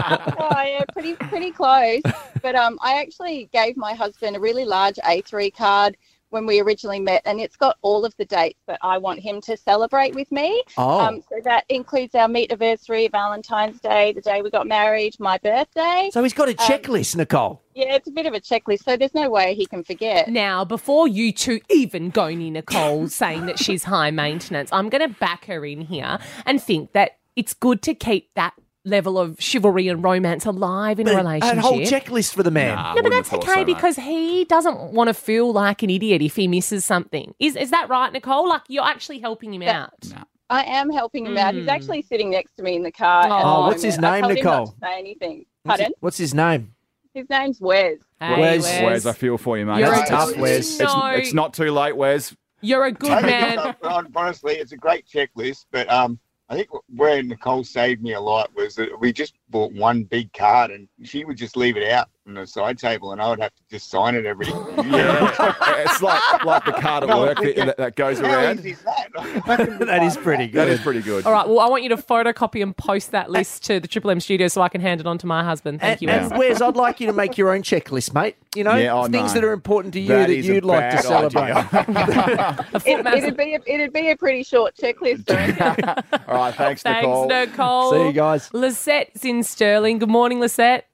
Speaker 9: yeah, pretty pretty close. But um, I actually gave my husband a really large A3 card when we originally met, and it's got all of the dates that I want him to celebrate with me.
Speaker 6: oh,
Speaker 9: Um, so that includes our meet anniversary, Valentine's Day, the day we got married, my birthday.
Speaker 6: so he's got a checklist, Nicole.
Speaker 9: Yeah, it's a bit of a checklist, so there's no way he can forget.
Speaker 5: Now, before you two even go near Nicole saying that she's high maintenance, I'm going to back her in here and think that it's good to keep that level of chivalry and romance alive in a relationship.
Speaker 6: A whole checklist for the man.
Speaker 5: No, but that's okay because he doesn't want to feel like an idiot if he misses something. Is is that right, Nicole? Like you're actually helping him
Speaker 9: Yeah.
Speaker 5: out.
Speaker 9: I am helping him out. He's
Speaker 5: Mm.
Speaker 9: actually sitting next to me in the car. at the
Speaker 5: Oh,
Speaker 6: what's his
Speaker 9: moment. I've
Speaker 6: name,
Speaker 9: told him not
Speaker 6: Nicole?
Speaker 9: to say anything.
Speaker 6: What's,
Speaker 9: Pardon?
Speaker 6: his, what's his name?
Speaker 9: His name's Wes.
Speaker 5: Hey,
Speaker 6: Wes.
Speaker 5: Wes,
Speaker 4: Wes, I feel for you, mate.
Speaker 5: You're
Speaker 6: That's
Speaker 5: a-
Speaker 6: tough, Wes.
Speaker 4: It's,
Speaker 5: No,
Speaker 4: it's not too late, Wes.
Speaker 5: you're a good man.
Speaker 10: honestly, it's a great checklist, but um, I think where Nicole saved me a lot was that we just bought one big card and she would just leave it out on the side table and I would have to just sign it every
Speaker 4: Yeah, it's like like the card at
Speaker 10: No,
Speaker 4: work
Speaker 10: we
Speaker 4: that, that, that goes
Speaker 10: How
Speaker 4: around.
Speaker 10: easy is that?
Speaker 6: that is pretty
Speaker 4: That
Speaker 6: good.
Speaker 4: is pretty good.
Speaker 5: All right, well, I want you to photocopy and post that list to the Triple M studio so I can hand it on to my husband. Thank
Speaker 6: And,
Speaker 5: you,
Speaker 6: and
Speaker 5: Wes.
Speaker 6: Wes, I'd like you to make your own checklist, mate. You know,
Speaker 4: Yeah, I
Speaker 6: things
Speaker 4: know.
Speaker 6: that are important to you
Speaker 4: That
Speaker 6: that,
Speaker 4: is a
Speaker 6: you'd like to
Speaker 4: bad
Speaker 6: celebrate.
Speaker 4: idea.
Speaker 5: A foot
Speaker 9: It,
Speaker 5: massage.
Speaker 9: it'd be a, it'd be a pretty short checklist. I reckon.
Speaker 4: All right, thanks,
Speaker 5: Thanks,
Speaker 4: Nicole.
Speaker 5: Nicole.
Speaker 6: See you guys.
Speaker 5: Lisette's in Sterling. Good morning, Lisette.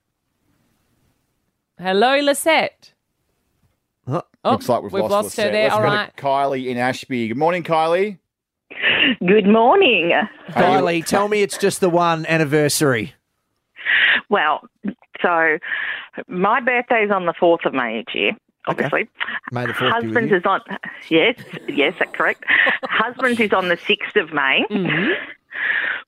Speaker 5: Hello, Lisette.
Speaker 6: Huh?
Speaker 5: Oh,
Speaker 4: Looks like we've,
Speaker 5: lost, her
Speaker 4: Lisette.
Speaker 5: there.
Speaker 4: Let's
Speaker 5: All
Speaker 4: go to
Speaker 5: right.
Speaker 4: Kylie in Ashby. Good morning, Kylie.
Speaker 11: Good morning.
Speaker 4: Are you-
Speaker 6: Kylie, tell me it's just the one anniversary.
Speaker 11: Well, so my birthday is on the 4th of May each year, obviously.
Speaker 6: May the fourth be with
Speaker 11: Husband's
Speaker 6: you.
Speaker 11: is on, yes, yes, that's correct. Husband's is on the 6th of May.
Speaker 6: Mm-hmm.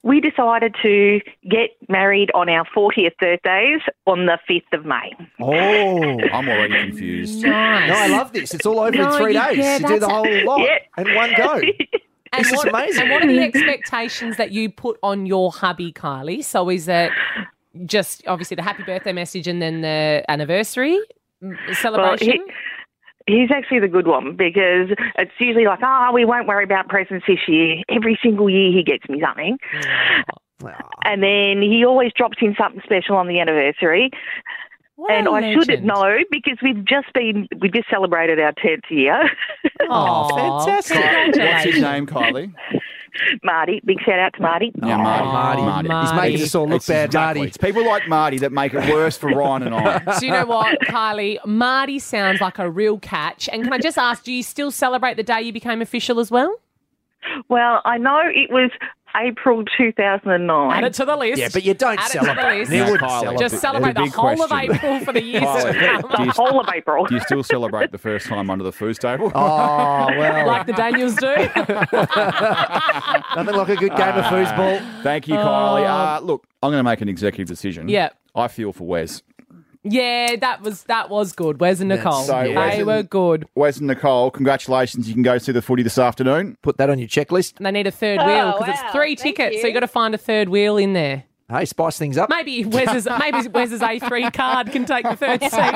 Speaker 11: We decided to get married on our 40th birthdays on the 5th of May.
Speaker 6: Oh,
Speaker 4: I'm already confused.
Speaker 6: no, I
Speaker 5: Nice.
Speaker 6: love this. It's all over
Speaker 5: No,
Speaker 6: in three
Speaker 5: you-
Speaker 6: days.
Speaker 5: yeah,
Speaker 6: you do the
Speaker 5: that's-
Speaker 6: whole lot
Speaker 11: Yeah.
Speaker 6: in one go.
Speaker 5: And
Speaker 6: This is
Speaker 5: what,
Speaker 6: amazing.
Speaker 5: And what are the expectations that you put on your hubby, Kylie? So is it just obviously the happy birthday message and then the anniversary mm, celebration?
Speaker 11: Well, he, he's actually the good one because it's usually like, oh, we won't worry about presents this year. Every single year he gets me something. And then he always drops in something special on the anniversary.
Speaker 5: What
Speaker 11: and
Speaker 5: a
Speaker 11: I shouldn't
Speaker 5: legend.
Speaker 11: know because we've just been, we just celebrated our 10th year.
Speaker 5: Oh, fantastic.
Speaker 4: What's his name, Kylie?
Speaker 11: Marty, big shout out to Marty.
Speaker 4: Yeah, Marty. Marty.
Speaker 6: He's making us all look
Speaker 4: It's
Speaker 6: bad,
Speaker 4: exactly.
Speaker 6: Marty.
Speaker 4: It's people like Marty that make it worse for Ryan and I.
Speaker 5: Do you know what, Kylie? Marty sounds like a real catch. And can I just ask, do you still celebrate the day you became official as well?
Speaker 11: Well, I know it was April 2009.
Speaker 5: Add it to the list.
Speaker 6: Yeah, but you don't
Speaker 5: Add
Speaker 6: celebrate.
Speaker 5: It to the
Speaker 6: You
Speaker 5: list.
Speaker 6: wouldn't No, Kylie, celebrate.
Speaker 5: Just celebrate the
Speaker 4: Big
Speaker 5: whole
Speaker 4: question.
Speaker 5: of April for the years to
Speaker 4: Kylie,
Speaker 5: come.
Speaker 4: do you-
Speaker 11: Whole of April.
Speaker 4: Do you still celebrate the first time under the food table?
Speaker 6: Oh, well.
Speaker 5: Like the Daniels do.
Speaker 6: Nothing like a good game
Speaker 4: Uh,
Speaker 6: of foosball.
Speaker 4: Thank you, Kylie. Uh, look, I'm going to make an executive decision.
Speaker 5: Yeah.
Speaker 4: I feel for Wes.
Speaker 5: yeah, that was that was good. Where's the Nicole?
Speaker 4: so
Speaker 5: they
Speaker 4: Wes and-
Speaker 5: were good.
Speaker 4: Wes and Nicole, congratulations. You can go see the footy this afternoon.
Speaker 6: Put that on your checklist.
Speaker 5: And They need a third
Speaker 9: Oh,
Speaker 5: wheel because
Speaker 9: wow.
Speaker 5: it's three
Speaker 9: Thank
Speaker 5: tickets, so
Speaker 9: you.
Speaker 5: you got to find a third wheel in there.
Speaker 6: Hey, spice things up.
Speaker 5: Maybe Wes's maybe Wes's A three card can take the third seat.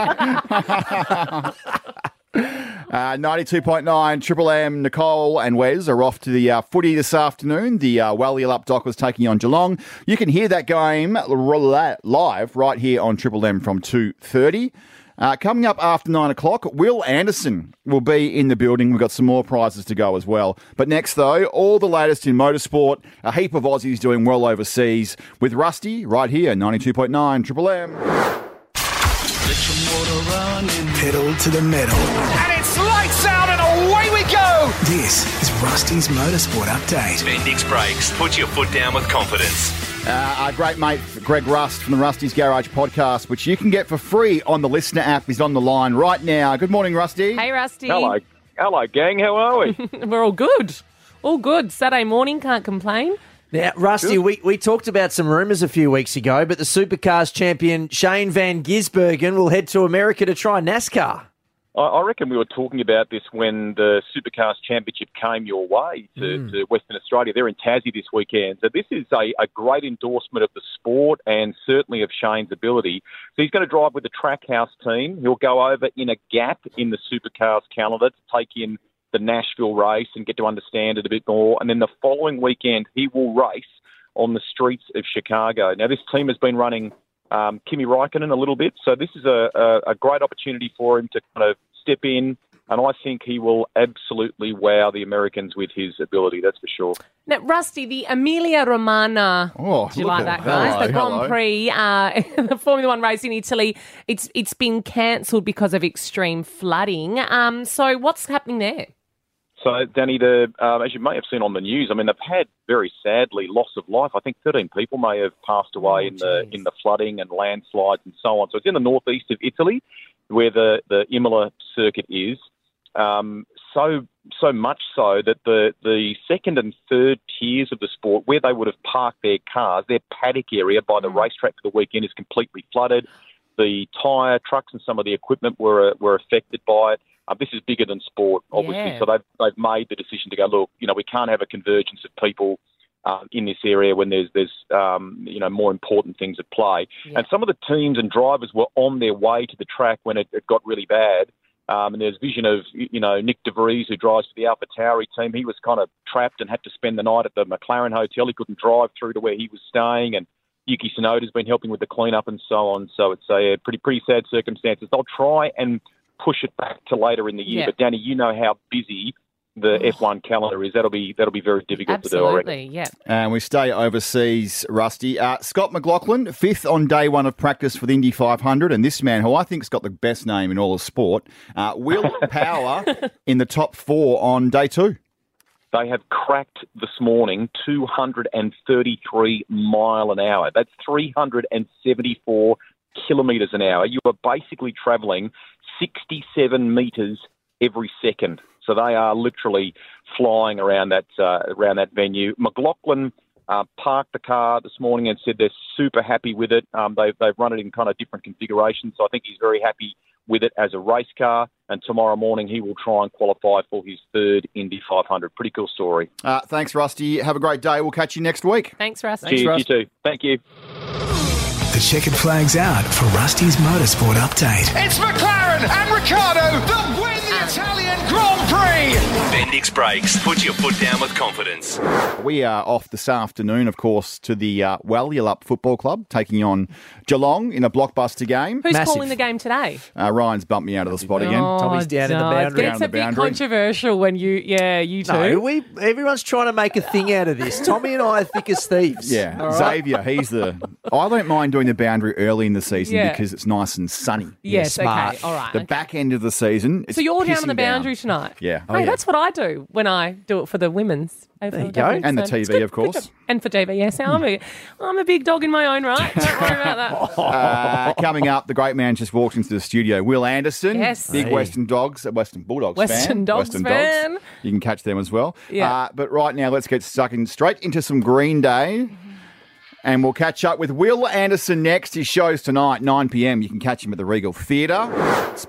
Speaker 4: Uh, 92.9 Triple M, Nicole and Wes are off to the uh, footy this afternoon. The uh, Wally Up Dock was taking on Geelong. You can hear that game rela- live right here on Triple M from 2.30. Uh, coming up after 9 o'clock, Will Anderson will be in the building. We've got some more prizes to go as well. But next, though, all the latest in motorsport. A heap of Aussies doing well overseas with Rusty right here, 92.9 Triple M.
Speaker 12: Pedal to the metal.
Speaker 2: And it's lights out and away we go.
Speaker 12: This is Rusty's Motorsport Update.
Speaker 13: Bendix Brakes. Put your foot down with confidence.
Speaker 4: Uh, our great mate Greg Rust from the Rusty's Garage podcast, which you can get for free on the listener app, is on the line right now. Good morning, Rusty.
Speaker 5: hey, Rusty.
Speaker 14: Hello, hello, gang. How are we?
Speaker 5: We're all good. All good. Saturday morning, can't complain.
Speaker 6: Now, Rusty, we, we talked about some rumours a few weeks ago, but the supercars champion Shane Van Gisbergen will head to America to try NASCAR.
Speaker 14: I, I reckon we were talking about this when the Supercars Championship came your way to,
Speaker 6: Mm.
Speaker 14: to Western Australia. They're in Tassie this weekend, so this is a, a great endorsement of the sport and certainly of Shane's ability. So he's going to drive with the Trackhouse team. He'll go over in a gap in the Supercars calendar to take in the Nashville race and get to understand it a bit more. And then the following weekend, he will race on the streets of Chicago. Now, this team has been running um, Kimi Raikkonen a little bit, so this is a, a, a great opportunity for him to kind of step in. And I think he will absolutely wow the Americans with his ability, that's for sure.
Speaker 5: Now, Rusty, the Emilia Romana.
Speaker 4: Oh,
Speaker 5: do you
Speaker 14: look
Speaker 5: like
Speaker 14: at-
Speaker 5: that, guys?
Speaker 14: hello,
Speaker 5: the Grand
Speaker 14: hello.
Speaker 5: Prix, uh, the Formula One race in Italy. It's it's been cancelled because of extreme flooding. Um, so what's happening there?
Speaker 14: So, Danny, the, um, as you may have seen on the news, I mean, they've had very sadly loss of life. I think 13 people may have passed away in the in the flooding and landslides and so on. So it's in the northeast of Italy, where the the Imola circuit is. Um, so so much so that the the second and third tiers of the sport, where they would have parked their cars, their paddock area by the racetrack for the weekend is completely flooded. The tyre trucks and some of the equipment were uh, were affected by it. Uh, this is bigger than sport, obviously.
Speaker 15: Yeah.
Speaker 14: So they've they've made the decision to go. Look, you know, we can't have a convergence of people um, in this area when there's there's um, you know more important things at play. And some of the teams and drivers were on their way to the track when it, it got really bad. Um, and there's vision of you know Nick De Vries who drives for the Alpha Tauri team. He was kind of trapped and had to spend the night at the McLaren hotel. He couldn't drive through to where he was staying, and Yuki Tsunoda's been helping with the cleanup and so on. So it's a pretty pretty sad circumstances. They'll try and push it back to later in the year.
Speaker 5: Yeah.
Speaker 14: But Danny, you know how busy the F1 calendar is. That'll be that'll be very difficult to do. I reckon.
Speaker 5: Absolutely, yeah.
Speaker 4: And we stay overseas, Rusty. Uh, Scott McLaughlin, fifth on day one of practice for the Indy 500. And this man, who I think's got the best name in all of sport, uh, Will Power in the top four on day two.
Speaker 14: They have cracked this morning 233 mile an hour. That's 374 kilometres an hour. You are basically travelling 67 metres every second. So they are literally flying around that uh, around that venue. McLaughlin uh, parked the car this morning and said they're super happy with it. Um, they've they've run it in kind of different configurations. So I think he's very happy with it as a race car. And tomorrow morning, he will try and qualify for his third Indy 500. Pretty cool story.
Speaker 4: Uh, thanks, Rusty. Have a great day. We'll catch you next week.
Speaker 5: Thanks, Rusty.
Speaker 14: Cheers, you too. Thank you.
Speaker 12: The checkered flag's out for Rusty's motorsport update.
Speaker 2: It's McLaren and Ricciardo that win the Italian Grand Prix.
Speaker 13: Bendix Brakes. Put your foot down with confidence.
Speaker 4: We are off this afternoon, of course, to the uh, Walyalup Football Club, taking on Geelong in a blockbuster game.
Speaker 5: Who's calling the game today?
Speaker 4: Uh, Ryan's bumped me out of the spot again.
Speaker 5: Oh, don't. It's a bit controversial when you, yeah, you two.
Speaker 6: No, we, everyone's trying to make a thing out of this. Tommy and I are thick as thieves.
Speaker 4: Yeah,
Speaker 6: All right?
Speaker 4: Xavier, he's the. I don't mind doing the boundary early in the season
Speaker 5: Yeah.
Speaker 4: because it's nice and sunny.
Speaker 5: Yes, Yeah, okay, smart. all right,
Speaker 4: The
Speaker 5: okay.
Speaker 4: back end of the season. It's
Speaker 5: So you're down on the
Speaker 4: pissing
Speaker 5: boundary tonight.
Speaker 4: Yeah.
Speaker 5: hey, that's what I do when I do it for the women's. over
Speaker 4: There you
Speaker 5: the
Speaker 4: go.
Speaker 5: weekend.
Speaker 4: And the
Speaker 5: So it's
Speaker 4: TV,
Speaker 5: good-
Speaker 4: of
Speaker 5: good
Speaker 4: course.
Speaker 5: job. And for TV, yes. I'm a, I'm a big dog in my own right. Don't worry about that.
Speaker 4: Uh, coming up, the great man just walked into the studio. Will Anderson,
Speaker 5: Yes.
Speaker 4: big
Speaker 5: Hey.
Speaker 4: Western Dogs, uh, Western Bulldogs fan.
Speaker 5: Western Dogs fan.
Speaker 4: You can catch them as well.
Speaker 5: Yeah.
Speaker 4: Uh, but right now, let's get stuck in straight into some Green Day. And we'll catch up with Will Anderson next. His show's tonight, 9 p.m. You can catch him at the Regal Theatre.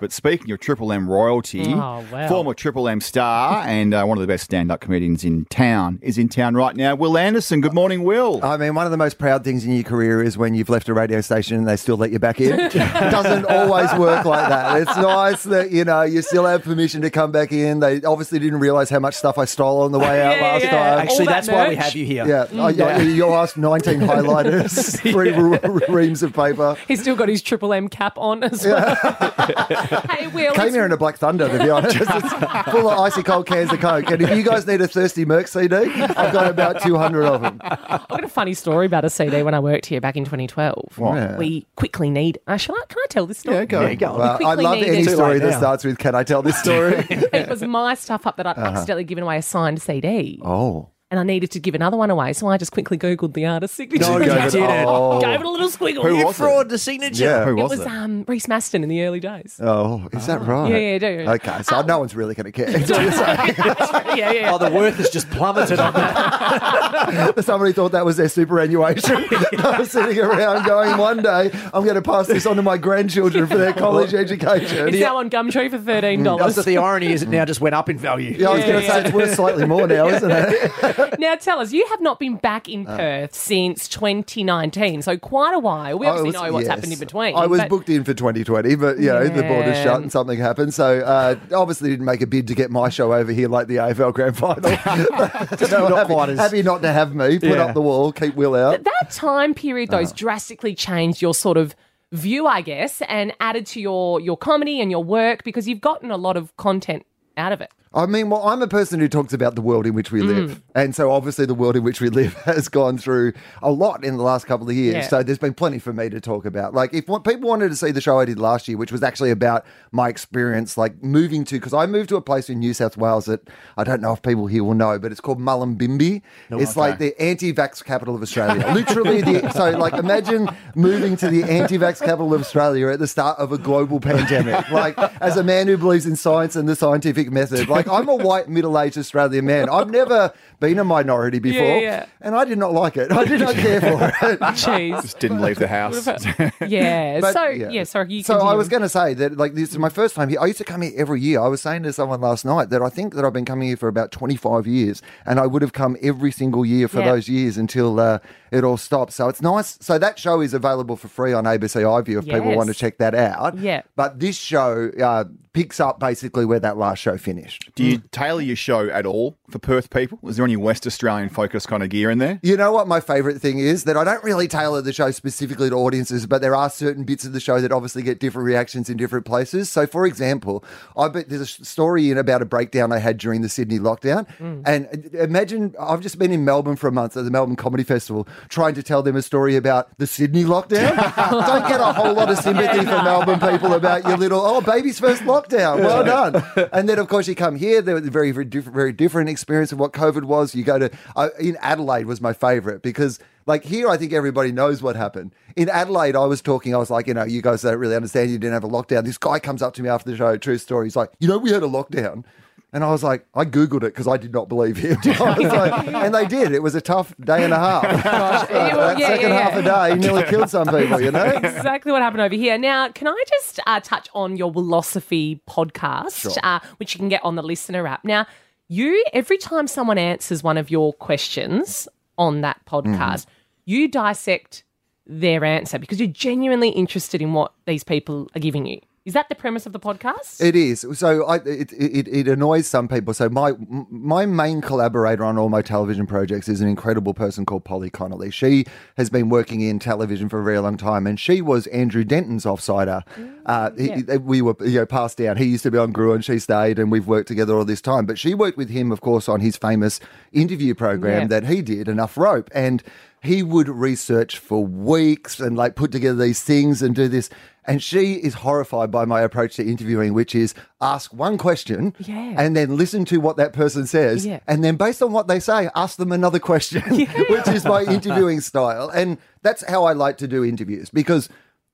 Speaker 4: But speaking of Triple M royalty,
Speaker 15: Oh, wow.
Speaker 4: former Triple M star and uh, one of the best stand up comedians in town is in town right now. Will Anderson, good morning, Will.
Speaker 15: I mean, one of the most proud things in your career is when you've left a radio station and they still let you back in. Doesn't always work like that. It's nice that you know you still have permission to come back in. They obviously didn't realise how much stuff I stole on the way out
Speaker 6: Yeah,
Speaker 15: last
Speaker 6: yeah.
Speaker 15: time.
Speaker 6: Uh, Actually, All that that's why we merch. have you here.
Speaker 15: Yeah,
Speaker 6: Mm.
Speaker 15: I- I-
Speaker 6: Yeah.
Speaker 15: you asked nineteen highlighters, three re- reams of paper.
Speaker 5: He's still got his Triple M cap on as well. hey, Will.
Speaker 15: Came
Speaker 5: it's-
Speaker 15: here in a black thunder, to be honest. It's full of icy cold cans of Coke. And if you guys need a thirsty Merc CD, I've got about 200 of them.
Speaker 5: I've got a funny story about a CD when I worked here back in 2012.
Speaker 15: What? Yeah.
Speaker 5: We quickly need. Uh, shall I, can I tell this story? Yeah,
Speaker 15: Well, I love any story that starts with, can I tell this story?
Speaker 5: it was my stuff up that I'd
Speaker 15: Uh-huh.
Speaker 5: accidentally given away a signed CD.
Speaker 15: oh.
Speaker 5: And I needed to give another one away, so I just quickly Googled the artist signature.
Speaker 6: No, you Gave it- didn't. oh.
Speaker 5: Gave it a little squiggle.
Speaker 6: Who You was it? fraud the signature. Yeah, who was
Speaker 5: it was
Speaker 6: it?
Speaker 5: um, Reese Maston in the early days.
Speaker 15: Oh, is that right?
Speaker 5: Yeah, yeah, do.
Speaker 15: Okay, so no one's really going to care.
Speaker 5: yeah, yeah.
Speaker 6: Oh, the worth has just plummeted on that.
Speaker 15: Somebody thought that was their superannuation. I was sitting around going, one day I'm going to pass this on to my grandchildren for their college education.
Speaker 5: It's now on Gumtree for thirteen dollars.
Speaker 6: Also, the irony is it now just went up in value.
Speaker 15: Yeah, I was going to say it's worth slightly more now, isn't it?
Speaker 5: now tell us, you have not been back in
Speaker 15: Uh.
Speaker 5: Perth since 2019, so quite a while. We
Speaker 15: I
Speaker 5: obviously
Speaker 15: was-
Speaker 5: know what's
Speaker 15: yes.
Speaker 5: happened in between.
Speaker 15: I was
Speaker 5: but-
Speaker 15: booked in for 2020, but you know the border
Speaker 5: Yeah.
Speaker 15: shut and something happened. So uh, obviously didn't make a bid to get my show over here like the AFL Grand Final. So
Speaker 6: not
Speaker 15: happy,
Speaker 6: quite as-
Speaker 15: happy not to have me. Put
Speaker 6: Yeah.
Speaker 15: up the wall, keep Will out.
Speaker 5: That time period, though, has
Speaker 15: Uh-huh.
Speaker 5: drastically changed your sort of view, I guess, and added to your your comedy and your work because you've gotten a lot of content out of it. Mm.
Speaker 15: I mean, well, I'm a person who talks about the world in which we live. And so obviously the world in which we live has gone through a lot in the last couple of years.
Speaker 16: Yeah.
Speaker 15: So there's been plenty for me to talk about. Like if what people wanted to see the show I did last year, which was actually about my experience, like moving to, because I moved to a place in New South Wales that I don't know if people here will know, but it's called Mullumbimby.
Speaker 16: No,
Speaker 15: it's
Speaker 16: okay.
Speaker 15: like the anti-vax capital of Australia. Literally the, so like imagine moving to the anti-vax capital of Australia at the start of a global pandemic. Like as a man who believes in science and the scientific method, like I'm a white middle-aged Australian man. I've never been a minority before,
Speaker 5: Yeah, yeah.
Speaker 15: and I did not like it. I did not care for it.
Speaker 5: Jeez.
Speaker 4: Just didn't leave the house.
Speaker 5: Yeah.
Speaker 15: But-
Speaker 5: so
Speaker 15: yeah.
Speaker 5: yeah. sorry. You
Speaker 15: so I
Speaker 5: continue.
Speaker 15: was going to say that like this is my first time here. I used to come here every year. I was saying to someone last night that I think that I've been coming here for about 25 years and I would have come every single year for
Speaker 16: Yeah.
Speaker 15: those years until uh, it all stopped. So it's nice. So that show is available for free on ABC iView if people
Speaker 16: Yes.
Speaker 15: want to check that out.
Speaker 16: Yeah.
Speaker 15: But this show uh, picks up basically where that last show finished.
Speaker 4: Do you tailor your show at all for Perth people? Is there any West Australian focus kind of gear in there?
Speaker 15: You know what my favourite thing is? That I don't really tailor the show specifically to audiences, but there are certain bits of the show that obviously get different reactions in different places. So, for example, I bet there's a s- story in about a breakdown I had during the Sydney lockdown.
Speaker 16: Mm.
Speaker 15: And uh, imagine I've just been in Melbourne for a month at the Melbourne Comedy Festival trying to tell them a story about the Sydney lockdown. don't get a whole lot of sympathy
Speaker 16: Yeah,
Speaker 15: from Melbourne people about your little, oh, baby's first lockdown. Well done done. And then, of course, you come here. There was a very, very different, very different experience of what COVID was. You go to I in Adelaide was my favorite because. Like here, I think everybody knows what happened. In Adelaide, I was talking. I was like, you know, you guys don't really understand. You didn't have a lockdown. This guy comes up to me after the show. True story. He's like, you know, we had a lockdown. And I was like, I Googled it because I did not believe him. I was like- and they did. It was a tough day and a half.
Speaker 5: Yeah, well,
Speaker 15: that
Speaker 5: yeah,
Speaker 15: second
Speaker 5: yeah,
Speaker 15: half of
Speaker 5: yeah.
Speaker 15: day nearly killed some people, you know?
Speaker 5: exactly what happened over here. Now, can I just uh, touch on your philosophy podcast,
Speaker 15: Sure.
Speaker 5: uh, which you can get on the listener app? Now, you, every time someone answers one of your questions on that podcast,
Speaker 15: Mm-hmm.
Speaker 5: you dissect their answer because you're genuinely interested in what these people are giving you. Is that the premise of the podcast?
Speaker 15: It is. So I, it, it, it annoys some people. So my m- my main collaborator on all my television projects is an incredible person called Polly Connolly. She has been working in television for a very long time, and she was Andrew Denton's offsider. Uh, he- he- We were you know passed down. He used to be on Grew, and she stayed, and we've worked together all this time. But she worked with him, of course, on his famous interview program
Speaker 16: Yeah.
Speaker 15: that he did, Enough Rope, and he would research for weeks and like put together these things and do this. And she is horrified by my approach to interviewing, which is ask one question
Speaker 16: Yeah.
Speaker 15: and then listen to what that person says.
Speaker 16: Yeah.
Speaker 15: And then based on what they say, ask them another question, which is my interviewing style. And that's how I like to do interviews because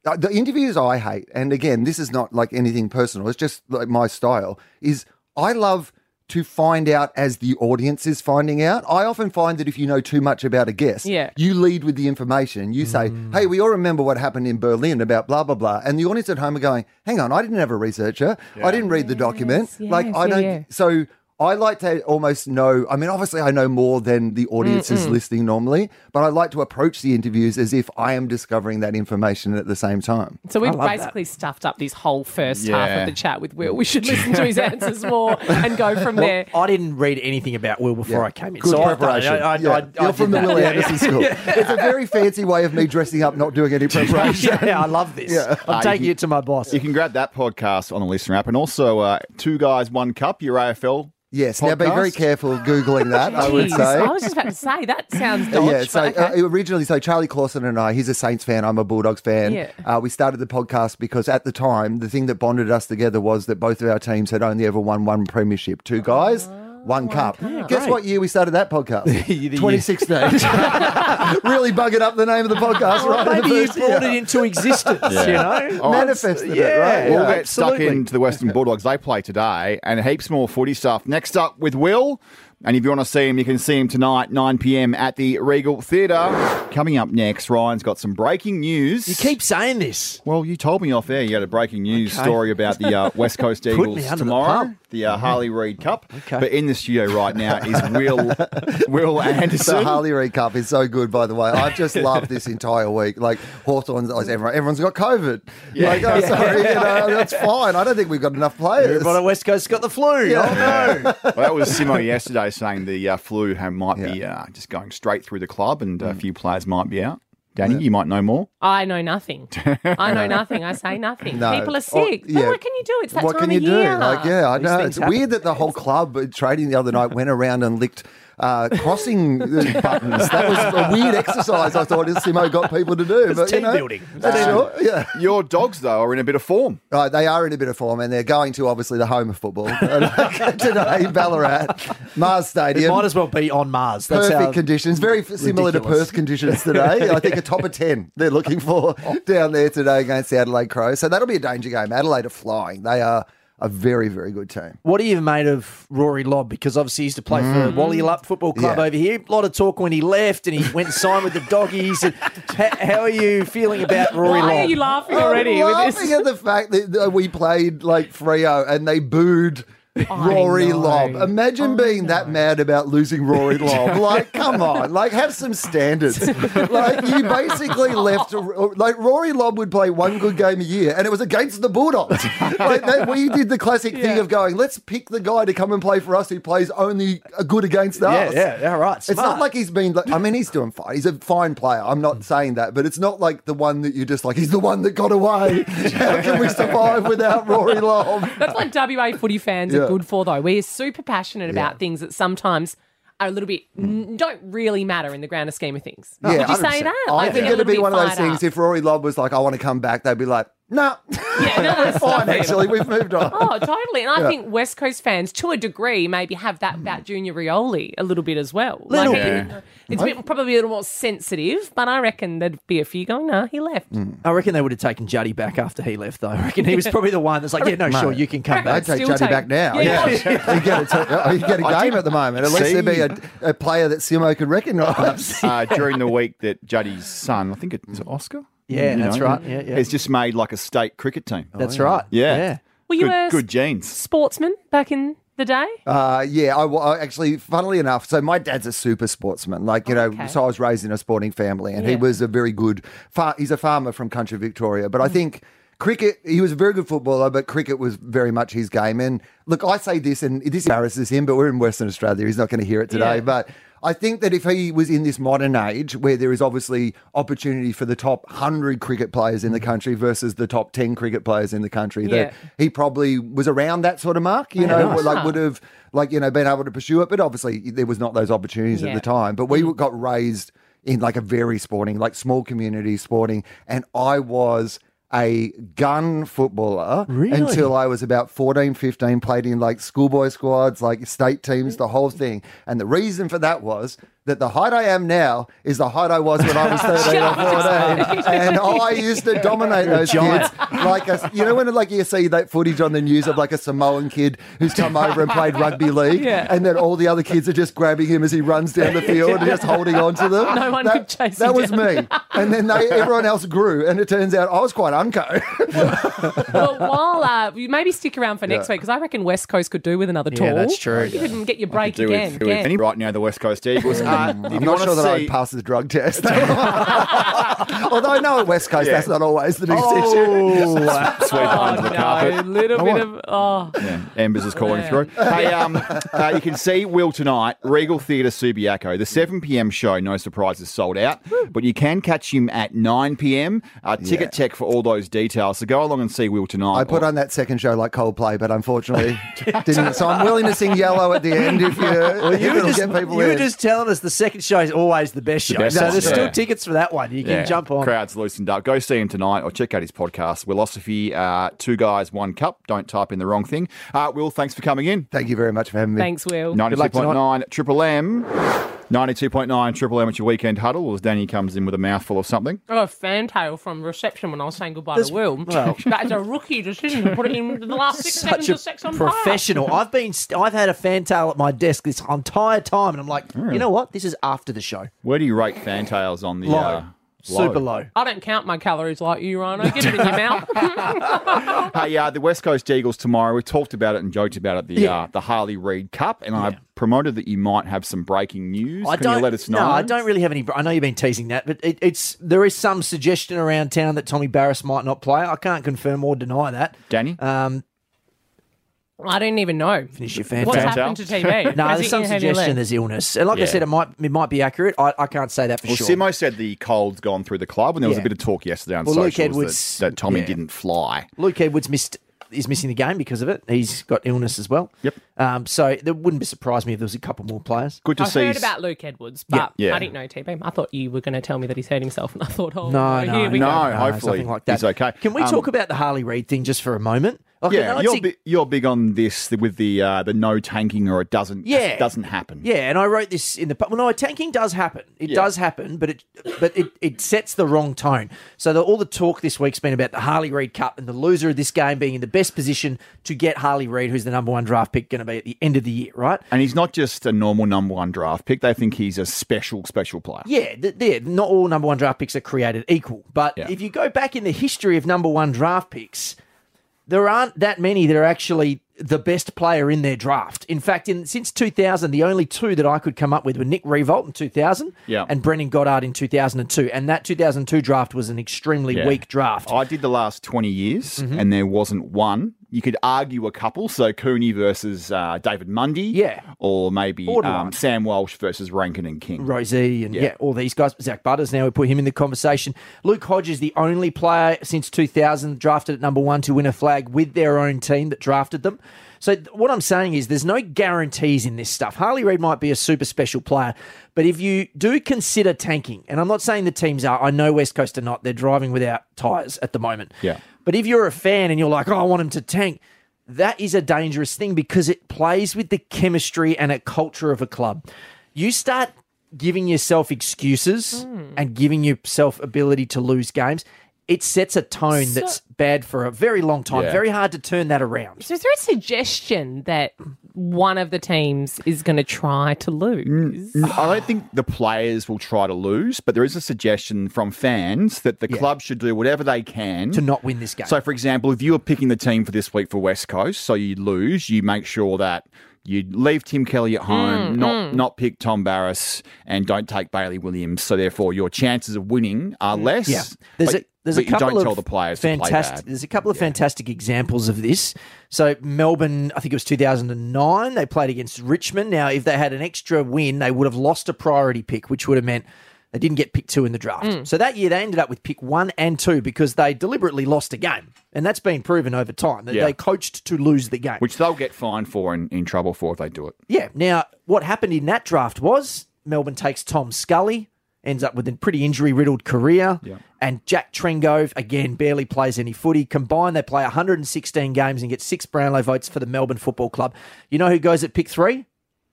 Speaker 15: uh, the interviews I hate, and again, this is not like anything personal, it's just like my style, is I love to find out as the audience is finding out. I often find that if you know too much about a guest,
Speaker 16: Yeah.
Speaker 15: you lead with the information. You say,
Speaker 6: Mm.
Speaker 15: hey, we all remember what happened in Berlin about blah, blah, blah. And the audience at home are going, hang on, I didn't have a researcher. I didn't read the document.
Speaker 16: Yes,
Speaker 15: like,
Speaker 16: yes,
Speaker 15: I
Speaker 16: yeah,
Speaker 15: don't.
Speaker 16: yeah.
Speaker 15: So I like to almost know, I mean, obviously, I know more than the audience is
Speaker 16: Mm-mm.
Speaker 15: listening normally, but I like to approach the interviews as if I am discovering that information at the same time.
Speaker 5: So we've basically stuffed up this whole first half
Speaker 15: Yeah.
Speaker 5: of the chat with Will. We should listen to his answers more and go from
Speaker 6: Well,
Speaker 5: there.
Speaker 6: I didn't read anything about Will before I came in.
Speaker 15: Good
Speaker 6: so I've done it.
Speaker 15: preparation.
Speaker 6: I, I,
Speaker 15: Yeah.
Speaker 6: I, I
Speaker 15: You're
Speaker 6: did
Speaker 15: from the
Speaker 6: that.
Speaker 15: Willie
Speaker 6: Yeah,
Speaker 15: Anderson
Speaker 6: yeah.
Speaker 15: School. It's a very fancy way of me dressing up, not doing any preparation.
Speaker 6: Yeah, I love this. I'm taking it to my boss.
Speaker 4: You can grab that podcast on the listener app and also uh, Two Guys, One Cup, your AFL.
Speaker 15: Yes, now be very careful Googling that, I would
Speaker 5: Jeez,
Speaker 15: say.
Speaker 5: I was just about to say that sounds dodgy.
Speaker 15: yeah, so
Speaker 5: but okay.
Speaker 15: uh, originally, so Charlie Clausen and I, he's a Saints fan, I'm a Bulldogs fan.
Speaker 5: Yeah.
Speaker 15: Uh, we started the podcast because at the time, the thing that bonded us together was that both of our teams had only ever won one premiership. Two guys, one, cup. Guess
Speaker 16: great.
Speaker 15: what year we started that podcast?
Speaker 6: year-
Speaker 15: 2016. really bugging up the name of the podcast
Speaker 6: Well,
Speaker 15: right
Speaker 6: Oh,
Speaker 15: in the
Speaker 6: maybe you
Speaker 15: first
Speaker 6: brought
Speaker 15: year.
Speaker 6: it into existence, you know?
Speaker 15: Manifested
Speaker 6: yeah,
Speaker 15: it, right?
Speaker 4: We'll
Speaker 15: Yeah,
Speaker 4: Oh, get
Speaker 15: absolutely.
Speaker 4: stuck into the Western Bulldogs. They play today and heaps more footy stuff. Next up with Will. And if you want to see him, you can see him tonight, 9 p.m. at the Regal Theatre. Coming up next, Ryan's got some breaking news. You keep
Speaker 6: saying this.
Speaker 4: Well, you told me off air you had a breaking news
Speaker 16: Okay.
Speaker 4: story about the uh, West Coast
Speaker 16: Put me
Speaker 4: Eagles
Speaker 16: under the
Speaker 4: tomorrow,
Speaker 16: pump.
Speaker 4: the, uh, Harley Reid Cup. But in the studio right now is Will Will Anderson.
Speaker 15: The Harley Reid Cup is so good, by the way. I've just loved this entire week. Like Hawthorne's, oh, everyone, everyone's got COVID.
Speaker 16: Yeah.
Speaker 15: Like, oh,
Speaker 16: Yeah.
Speaker 15: sorry, you know, that's fine. I don't think we've got enough players.
Speaker 6: Everyone at West Coast's got the flu. Oh,
Speaker 4: well, that was Simo yesterday saying the uh, flu ha- might be uh, just going straight through the club and a few players might be out. Danny, you might know more.
Speaker 5: I know nothing. I
Speaker 4: No.
Speaker 5: know nothing. I say nothing.
Speaker 4: No.
Speaker 5: People
Speaker 4: Or-
Speaker 5: are sick. But
Speaker 15: yeah.
Speaker 5: what can you do? It's that
Speaker 15: what
Speaker 5: time
Speaker 15: can you
Speaker 5: of
Speaker 15: do?
Speaker 5: year.
Speaker 15: Like, yeah, I
Speaker 6: These
Speaker 15: know.
Speaker 6: things
Speaker 15: It's
Speaker 6: happen.
Speaker 15: weird that the whole club uh, trading the other night went around and licked uh, crossing uh, buttons. That was a weird exercise. I thought Simo got people to do.
Speaker 4: It's
Speaker 15: but, you
Speaker 4: team
Speaker 15: know,
Speaker 4: building.
Speaker 15: That's
Speaker 4: Um,
Speaker 15: sure. Yeah.
Speaker 4: Your dogs though are in a bit of form.
Speaker 15: Uh, they are in a bit of form, and they're going to obviously the home of football today, Ballarat, Mars
Speaker 6: It
Speaker 15: Stadium.
Speaker 6: might as well be on Mars. That's
Speaker 15: Perfect
Speaker 6: how
Speaker 15: conditions, very f- similar to
Speaker 6: ridiculous.
Speaker 15: Perth conditions today. I think a top of 10 they're looking for down there today against the Adelaide Crows. So that'll be a danger game. Adelaide are flying. They are a very, very good team.
Speaker 6: What do you made of Rory Lobb? Because obviously he used to play
Speaker 15: Mm.
Speaker 6: for Wally Lupp Football Club
Speaker 15: Yeah.
Speaker 6: over here. A lot of talk when he left, and he went and signed with the doggies. And h- how are you feeling about Rory
Speaker 5: Why
Speaker 6: Lobb?
Speaker 5: are you laughing already?
Speaker 15: I'm
Speaker 5: with
Speaker 15: laughing
Speaker 5: this?
Speaker 15: at the fact that that we played like Frio and they booed. Rory
Speaker 16: know.
Speaker 15: Lobb. Imagine being that mad about losing Rory Lobb. Like, come on. Like, have some standards. Like, you basically left. Like, Rory Lobb would play one good game a year, and it was against the Bulldogs. Like, that, we did the classic thing of going, let's pick the guy to come and play for us who plays only good against
Speaker 6: Yeah,
Speaker 15: us.
Speaker 6: yeah, yeah, right,
Speaker 15: It's not
Speaker 6: smart.
Speaker 15: like like he's been. Like, I mean, he's doing fine. He's a fine player. I'm not saying that, but it's not like the one that you're just like. He's the one that got away. How can we survive without Rory Lobb?
Speaker 5: That's what WA footy fans
Speaker 15: Yeah.
Speaker 5: are good for, though. We're super passionate
Speaker 15: Yeah.
Speaker 5: about things that sometimes are a little bit n- don't really matter in the grander scheme of things. Would you say
Speaker 15: 100%.
Speaker 5: that?
Speaker 15: I
Speaker 5: Like,
Speaker 15: think
Speaker 5: get a
Speaker 15: it'd be
Speaker 5: little
Speaker 15: one
Speaker 5: bit
Speaker 15: of those
Speaker 5: fired
Speaker 15: things.
Speaker 5: up.
Speaker 15: If Rory Lobb was like, "I want to come back," they'd be like, No.
Speaker 5: Yeah, no, that's
Speaker 15: Fine,
Speaker 5: nothing.
Speaker 15: actually. We've moved on.
Speaker 5: Oh, totally. And I
Speaker 15: Yeah. Mm.
Speaker 5: think West Coast fans, to a degree, maybe have that about Junior Rioli a little bit as well.
Speaker 15: Little
Speaker 5: I
Speaker 15: bit.
Speaker 5: think It's a bit, probably a little more sensitive, but I reckon there'd be a few going, nah, he left.
Speaker 15: Mm.
Speaker 6: I reckon they would have taken Juddy back after he left, though. I reckon he was probably the one that's like, yeah, no,
Speaker 15: Mate,
Speaker 6: sure, you can come back.
Speaker 15: I'd take Juddy back now. Yeah. you get a, t- you get a
Speaker 6: I
Speaker 15: game
Speaker 6: did
Speaker 15: at the moment. At least
Speaker 6: see-
Speaker 15: there'd be a, a player that Simo could recognise.
Speaker 4: uh, during the week that Juddy's son, I think it's Oscar.
Speaker 15: Yeah, that's right.
Speaker 6: Yeah, yeah.
Speaker 4: Has just made like a state cricket team.
Speaker 6: That's Oh, yeah. right.
Speaker 4: Yeah.
Speaker 6: Yeah.
Speaker 5: Were you
Speaker 4: good,
Speaker 5: a-
Speaker 4: good genes.
Speaker 5: Sportsman back in the day?
Speaker 15: Uh, yeah, I, wa- I actually, funnily enough, so my dad's a super sportsman. Like you know,
Speaker 5: Okay.
Speaker 15: so I was raised in a sporting family, and he
Speaker 5: Yeah.
Speaker 15: was a very good. Far, he's a farmer from country Victoria, but I
Speaker 5: Mm.
Speaker 15: think cricket. He was a very good footballer, but cricket was very much his game. And look, I say this, and this embarrasses him, but we're in Western Australia. He's not going to hear it today,
Speaker 16: Yeah.
Speaker 15: but. I think that if he was in this modern age where there is obviously opportunity for the top 100 cricket players in the country versus the top 10 cricket players in the country, that
Speaker 16: Mm-hmm. Yeah.
Speaker 15: he probably was around that sort of mark, you
Speaker 16: Yeah,
Speaker 15: know,
Speaker 16: nice.
Speaker 15: like would have like you know been able to pursue it, but obviously there was not those opportunities at
Speaker 16: Yeah. Mm.
Speaker 15: the time. But we got raised in like a very sporting, like small community sporting, and I was a gun footballer
Speaker 16: Really?
Speaker 15: until I was about 14, 15, played in like schoolboy squads, like state teams, the whole thing. And the reason for that was that the height I am now is the height I was when I was 13 or
Speaker 16: Shut up.
Speaker 15: 14. and I used to dominate
Speaker 16: You're a
Speaker 15: those
Speaker 16: giant.
Speaker 15: kids like a, you know when like you see that footage on the news of like a Samoan kid who's come over and played rugby league,
Speaker 16: Yeah.
Speaker 15: and then all the other kids are just grabbing him as he runs down the field and just holding on to them.
Speaker 16: No one
Speaker 15: that,
Speaker 16: could chase
Speaker 15: That
Speaker 16: him
Speaker 15: was
Speaker 16: down.
Speaker 15: me, and then they, everyone else grew, and it turns out I was quite unco.
Speaker 5: well, while uh, you maybe stick around for next
Speaker 15: Yeah.
Speaker 5: week because I reckon West Coast could do with another
Speaker 15: Yeah,
Speaker 5: tour.
Speaker 15: that's true.
Speaker 5: You could get your
Speaker 4: Could
Speaker 5: break
Speaker 4: do
Speaker 5: again.
Speaker 4: with, do with
Speaker 5: again.
Speaker 4: any right now the West Coast Eagles. Uh, if
Speaker 15: I'm
Speaker 4: you
Speaker 15: not
Speaker 4: wanna
Speaker 15: sure that
Speaker 4: see-
Speaker 15: I'd pass the drug test. Although I know at West Coast,
Speaker 4: Yeah.
Speaker 15: that's not always the biggest
Speaker 4: Oh,
Speaker 15: issue.
Speaker 4: sweep under the carpet.
Speaker 5: little
Speaker 4: I
Speaker 5: bit
Speaker 4: want-
Speaker 5: of oh.
Speaker 4: Yeah, Embers is calling
Speaker 5: Yeah.
Speaker 4: through. Hey, um, uh, you can see Will tonight, Regal Theatre Subiaco. The 7 p.m. show, no surprises, sold out. But you can catch him at 9 p.m. Uh, ticket tech for all those details. So go along and see Will tonight.
Speaker 15: I put on that second show like Coldplay, but unfortunately didn't. So I'm willing to sing Yellow at the end if you,
Speaker 6: Well,
Speaker 15: if
Speaker 6: you were
Speaker 15: it'll
Speaker 6: just,
Speaker 15: get people
Speaker 6: you were
Speaker 15: in.
Speaker 6: just telling us the second show is always the best show.
Speaker 4: best
Speaker 6: so
Speaker 4: one,
Speaker 6: there's
Speaker 4: yeah.
Speaker 6: still tickets for that one. You can
Speaker 4: Yeah,
Speaker 6: jump on.
Speaker 4: Crowd's loosened up. Go see him tonight or check out his podcast, Willosophy, uh, Two Guys, One Cup. Don't type in the wrong thing. Uh, Will, thanks for coming in.
Speaker 15: Thank you very much for having me.
Speaker 5: Thanks, Will.
Speaker 4: Ninety two point nine Triple M. Ninety two point nine Triple M at your weekend huddle as Danny comes in with a mouthful of something.
Speaker 5: I got Oh, a fantail from reception when I was saying goodbye
Speaker 6: That's-
Speaker 5: to Will.
Speaker 6: well-
Speaker 5: That's a rookie decision to put it in the last six
Speaker 6: Such
Speaker 5: seconds
Speaker 6: a
Speaker 5: of sex on fire.
Speaker 6: professional. I've been, st- I've had a fantail at my desk this entire time, and I'm like,
Speaker 4: Hmm.
Speaker 6: you know what? This is after the show.
Speaker 4: Where do you rate fantails on the
Speaker 6: Low.
Speaker 4: Uh,
Speaker 6: Super low.
Speaker 5: I don't count my calories like you, Rhino. Get it in your mouth.
Speaker 4: hey, uh, the West Coast Eagles tomorrow. We talked about it and joked about it. The
Speaker 6: Yeah.
Speaker 4: uh, the Harley Reid Cup, and I promoted that you might have some breaking news.
Speaker 6: I
Speaker 4: Can
Speaker 6: don't
Speaker 4: you let us know?
Speaker 6: No, I don't really have any. I know you've been teasing that, but it, it's there is some suggestion around town that Tommy Barris might not play. I can't confirm or deny that.
Speaker 4: Danny,
Speaker 6: um,
Speaker 5: I don't even know.
Speaker 6: Finish your fantail.
Speaker 5: What's happened to TV?
Speaker 6: no,
Speaker 5: Has
Speaker 6: there's
Speaker 5: it
Speaker 6: some
Speaker 5: hit heavy lead?
Speaker 6: suggestion there's illness, and like
Speaker 4: Yeah.
Speaker 6: I said, it might it might be accurate. I, I can't say that for
Speaker 4: Well,
Speaker 6: sure.
Speaker 4: Simo said the cold's gone through the club, and there was a
Speaker 6: Yeah.
Speaker 4: bit of talk yesterday on
Speaker 6: Well, Luke
Speaker 4: socials that-
Speaker 6: Edwards-
Speaker 4: that, Tommy
Speaker 6: yeah.
Speaker 4: didn't fly.
Speaker 6: Luke Edwards missed is missing the game because of it. He's got illness as well. Yep. Um, so that wouldn't be surprised me if there was a couple more players.
Speaker 4: Good
Speaker 5: I heard about Luke Edwards, but
Speaker 6: Yeah.
Speaker 5: I didn't know TB. I thought you were going to tell me that he's hurt himself, and I thought, oh,
Speaker 6: No, no,
Speaker 5: here we
Speaker 6: no,
Speaker 5: go.
Speaker 6: no, something like that.
Speaker 4: He's okay.
Speaker 6: Can we
Speaker 4: Um,
Speaker 6: talk about the Harley Reid thing just for a moment?
Speaker 4: yeah,
Speaker 6: I
Speaker 4: you're,
Speaker 6: think-
Speaker 4: bi- you're big on this with the uh, the no tanking or it doesn't
Speaker 6: Yeah.
Speaker 4: doesn't happen.
Speaker 6: Yeah, and I wrote this in the well. No, tanking does happen. It does happen, but it but it, it sets the wrong tone. So the, all the talk this week's been about the Harley Reid Cup and the loser of this game being in the best position to get Harley Reid, who's the number one draft pick, going to be at the end of the year, right?
Speaker 4: And he's not just a normal number one draft pick. They think he's a special special player.
Speaker 6: Yeah, th- yeah, not all number one draft picks are created equal. But if you go back in the history of number one draft picks, there aren't that many that are actually the best player in their draft. In fact, in since 2000, the only two that I could come up with were Nick Revolt in 2000
Speaker 4: Yeah.
Speaker 6: and Brendan Goddard in 2002. And that 2002 draft was an extremely
Speaker 4: Yeah.
Speaker 6: weak draft.
Speaker 4: I did the last 20 years
Speaker 6: Mm-hmm.
Speaker 4: and there wasn't one. You could argue a couple. So Cooney versus uh, David Mundy. Yeah. Or maybe
Speaker 6: Borderline.
Speaker 4: um, Sam Walsh versus Rankin and King.
Speaker 6: Rosie and
Speaker 4: Yeah.
Speaker 6: yeah. all these guys. Zach Butters now we put him in the conversation. Luke Hodge is the only player since 2000 drafted at number one to win a flag with their own team that drafted them. So th- what I'm saying is there's no guarantees in this stuff. Harley Reid might be a super special player, but if you do consider tanking, and I'm not saying the teams are, I know West Coast are not, they're driving without tyres at the moment.
Speaker 4: Yeah.
Speaker 6: But if you're a fan and you're like, oh, I want him to tank, that is a dangerous thing because it plays with the chemistry and a culture of a club. You start giving yourself excuses and giving yourself ability to lose games. It sets a tone
Speaker 5: So-
Speaker 6: that's bad for a very long time.
Speaker 5: Yeah.
Speaker 6: Very hard to turn that around.
Speaker 5: So is there a suggestion that one of the teams is going to try to
Speaker 6: Mm.
Speaker 5: lose?
Speaker 4: I don't think the players will try to lose, but there is a suggestion from fans that the club should do whatever they can
Speaker 6: to not win this game.
Speaker 4: So, for example, if you were picking the team for this week for West Coast, so you lose, you make sure that you leave Tim Kelly at home,
Speaker 16: Mm,
Speaker 4: not
Speaker 16: mm.
Speaker 4: not pick Tom Barris, and don't take Bailey Williams. So, therefore, your chances of winning are less.
Speaker 6: Mm. Yeah. There's
Speaker 4: but-
Speaker 6: a there's
Speaker 4: but
Speaker 6: a couple
Speaker 4: you don't
Speaker 6: of
Speaker 4: tell the players to play
Speaker 6: fantastic.
Speaker 4: bad.
Speaker 6: There's a couple of fantastic examples of this. So Melbourne, I think it was 2009, they played against Richmond. Now, if they had an extra win, they would have lost a priority pick, which would have meant they didn't get pick two in the draft.
Speaker 4: Hmm.
Speaker 5: Mm.
Speaker 6: So that year they ended up with pick one and two because they deliberately lost a game, and that's been proven over time that
Speaker 4: Yeah.
Speaker 6: they coached to lose the game.
Speaker 4: Which they'll get fined for and in trouble for if they do it.
Speaker 6: Yeah. Now, what happened in that draft was Melbourne takes Tom Scully, ends up with a pretty injury riddled career.
Speaker 4: Yeah.
Speaker 6: And Jack Trengove, again, barely plays any footy. Combined, they play 116 games and get six Brownlow votes for the Melbourne Football Club. You know who goes at pick three?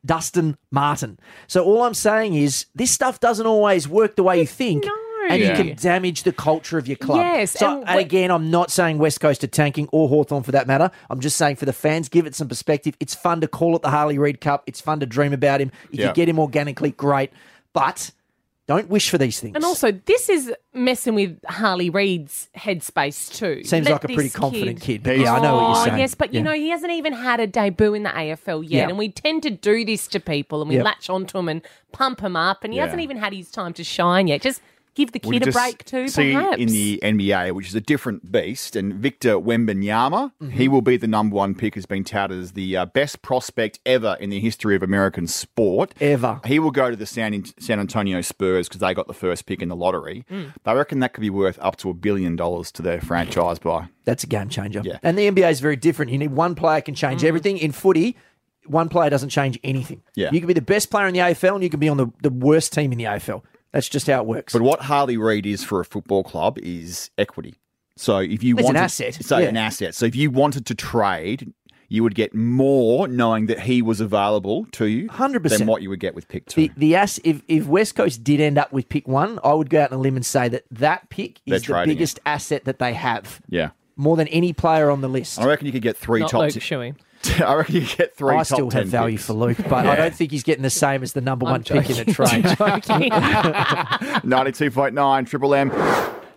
Speaker 6: Dustin Martin. So all I'm saying is this stuff doesn't always work the way you think. And you
Speaker 5: Yeah.
Speaker 6: can damage the culture of your club.
Speaker 5: Yes,
Speaker 6: So,
Speaker 5: and
Speaker 6: and
Speaker 5: we-
Speaker 6: again, I'm not saying West Coast are tanking or Hawthorn for that matter. I'm just saying for the fans, give it some perspective. It's fun to call it the Harley Reid Cup. It's fun to dream about him. If
Speaker 5: Yeah.
Speaker 6: you get him organically, great. But don't wish for these things.
Speaker 5: And also, this is messing with Harley Reid's headspace too.
Speaker 6: Seems
Speaker 5: Let
Speaker 6: like a
Speaker 5: this
Speaker 6: pretty confident kid, but yeah, I know what you're
Speaker 5: Oh,
Speaker 6: saying.
Speaker 5: Yes, but
Speaker 6: Yeah.
Speaker 5: you know, he hasn't even had a debut in the AFL yet,
Speaker 6: Yeah.
Speaker 5: and we tend to do this to people, and we
Speaker 6: Yeah.
Speaker 5: latch onto him and pump him up, and he
Speaker 4: Yeah.
Speaker 5: hasn't even had his time to shine yet. Just give the
Speaker 4: We
Speaker 5: kid a
Speaker 4: just
Speaker 5: break too,
Speaker 4: see
Speaker 5: perhaps.
Speaker 4: in the NBA, which is a different beast, and Victor Wembanyama,
Speaker 6: Mm-hmm.
Speaker 4: he will be the number one pick, has been touted as the uh, best prospect ever in the history of American sport.
Speaker 6: Ever.
Speaker 4: He will go to the San, San Antonio Spurs because they got the first pick in the lottery.
Speaker 6: Mm.
Speaker 4: They reckon that could be worth up to a billion dollars to their franchise buy.
Speaker 6: That's a game changer.
Speaker 4: Yeah.
Speaker 6: And the NBA is very different. You need one player can change
Speaker 5: Mm.
Speaker 6: everything. In footy, one player doesn't change anything.
Speaker 4: Yeah.
Speaker 6: You can be the best player in the AFL and you can be on the, the worst team in the AFL. That's just how it works.
Speaker 4: But what Harley Reid is for a football club is equity. So if you
Speaker 6: It's an
Speaker 4: wanted,
Speaker 6: asset.
Speaker 4: so
Speaker 6: Yeah.
Speaker 4: an asset. So if you wanted to trade, you would get more knowing that he was available to you, hundred
Speaker 6: 100%.
Speaker 4: than what you would get with pick two.
Speaker 6: The, the ass if, if West Coast did end up with pick one, I would go out on a limb and say that that pick
Speaker 4: They're
Speaker 6: is the
Speaker 4: trading it.
Speaker 6: biggest asset that they have,
Speaker 4: Yeah,
Speaker 6: more than any player on the list.
Speaker 4: I reckon you could get three
Speaker 6: Not
Speaker 4: top.
Speaker 6: Luke
Speaker 4: ten-
Speaker 5: Shuey.
Speaker 4: I reckon you could get three.
Speaker 6: I
Speaker 4: top
Speaker 6: still
Speaker 4: 10
Speaker 6: have value
Speaker 4: picks.
Speaker 6: for Luke, but I don't think he's getting the same as the number one pick in the trade.
Speaker 4: Ninety-two point nine Triple M.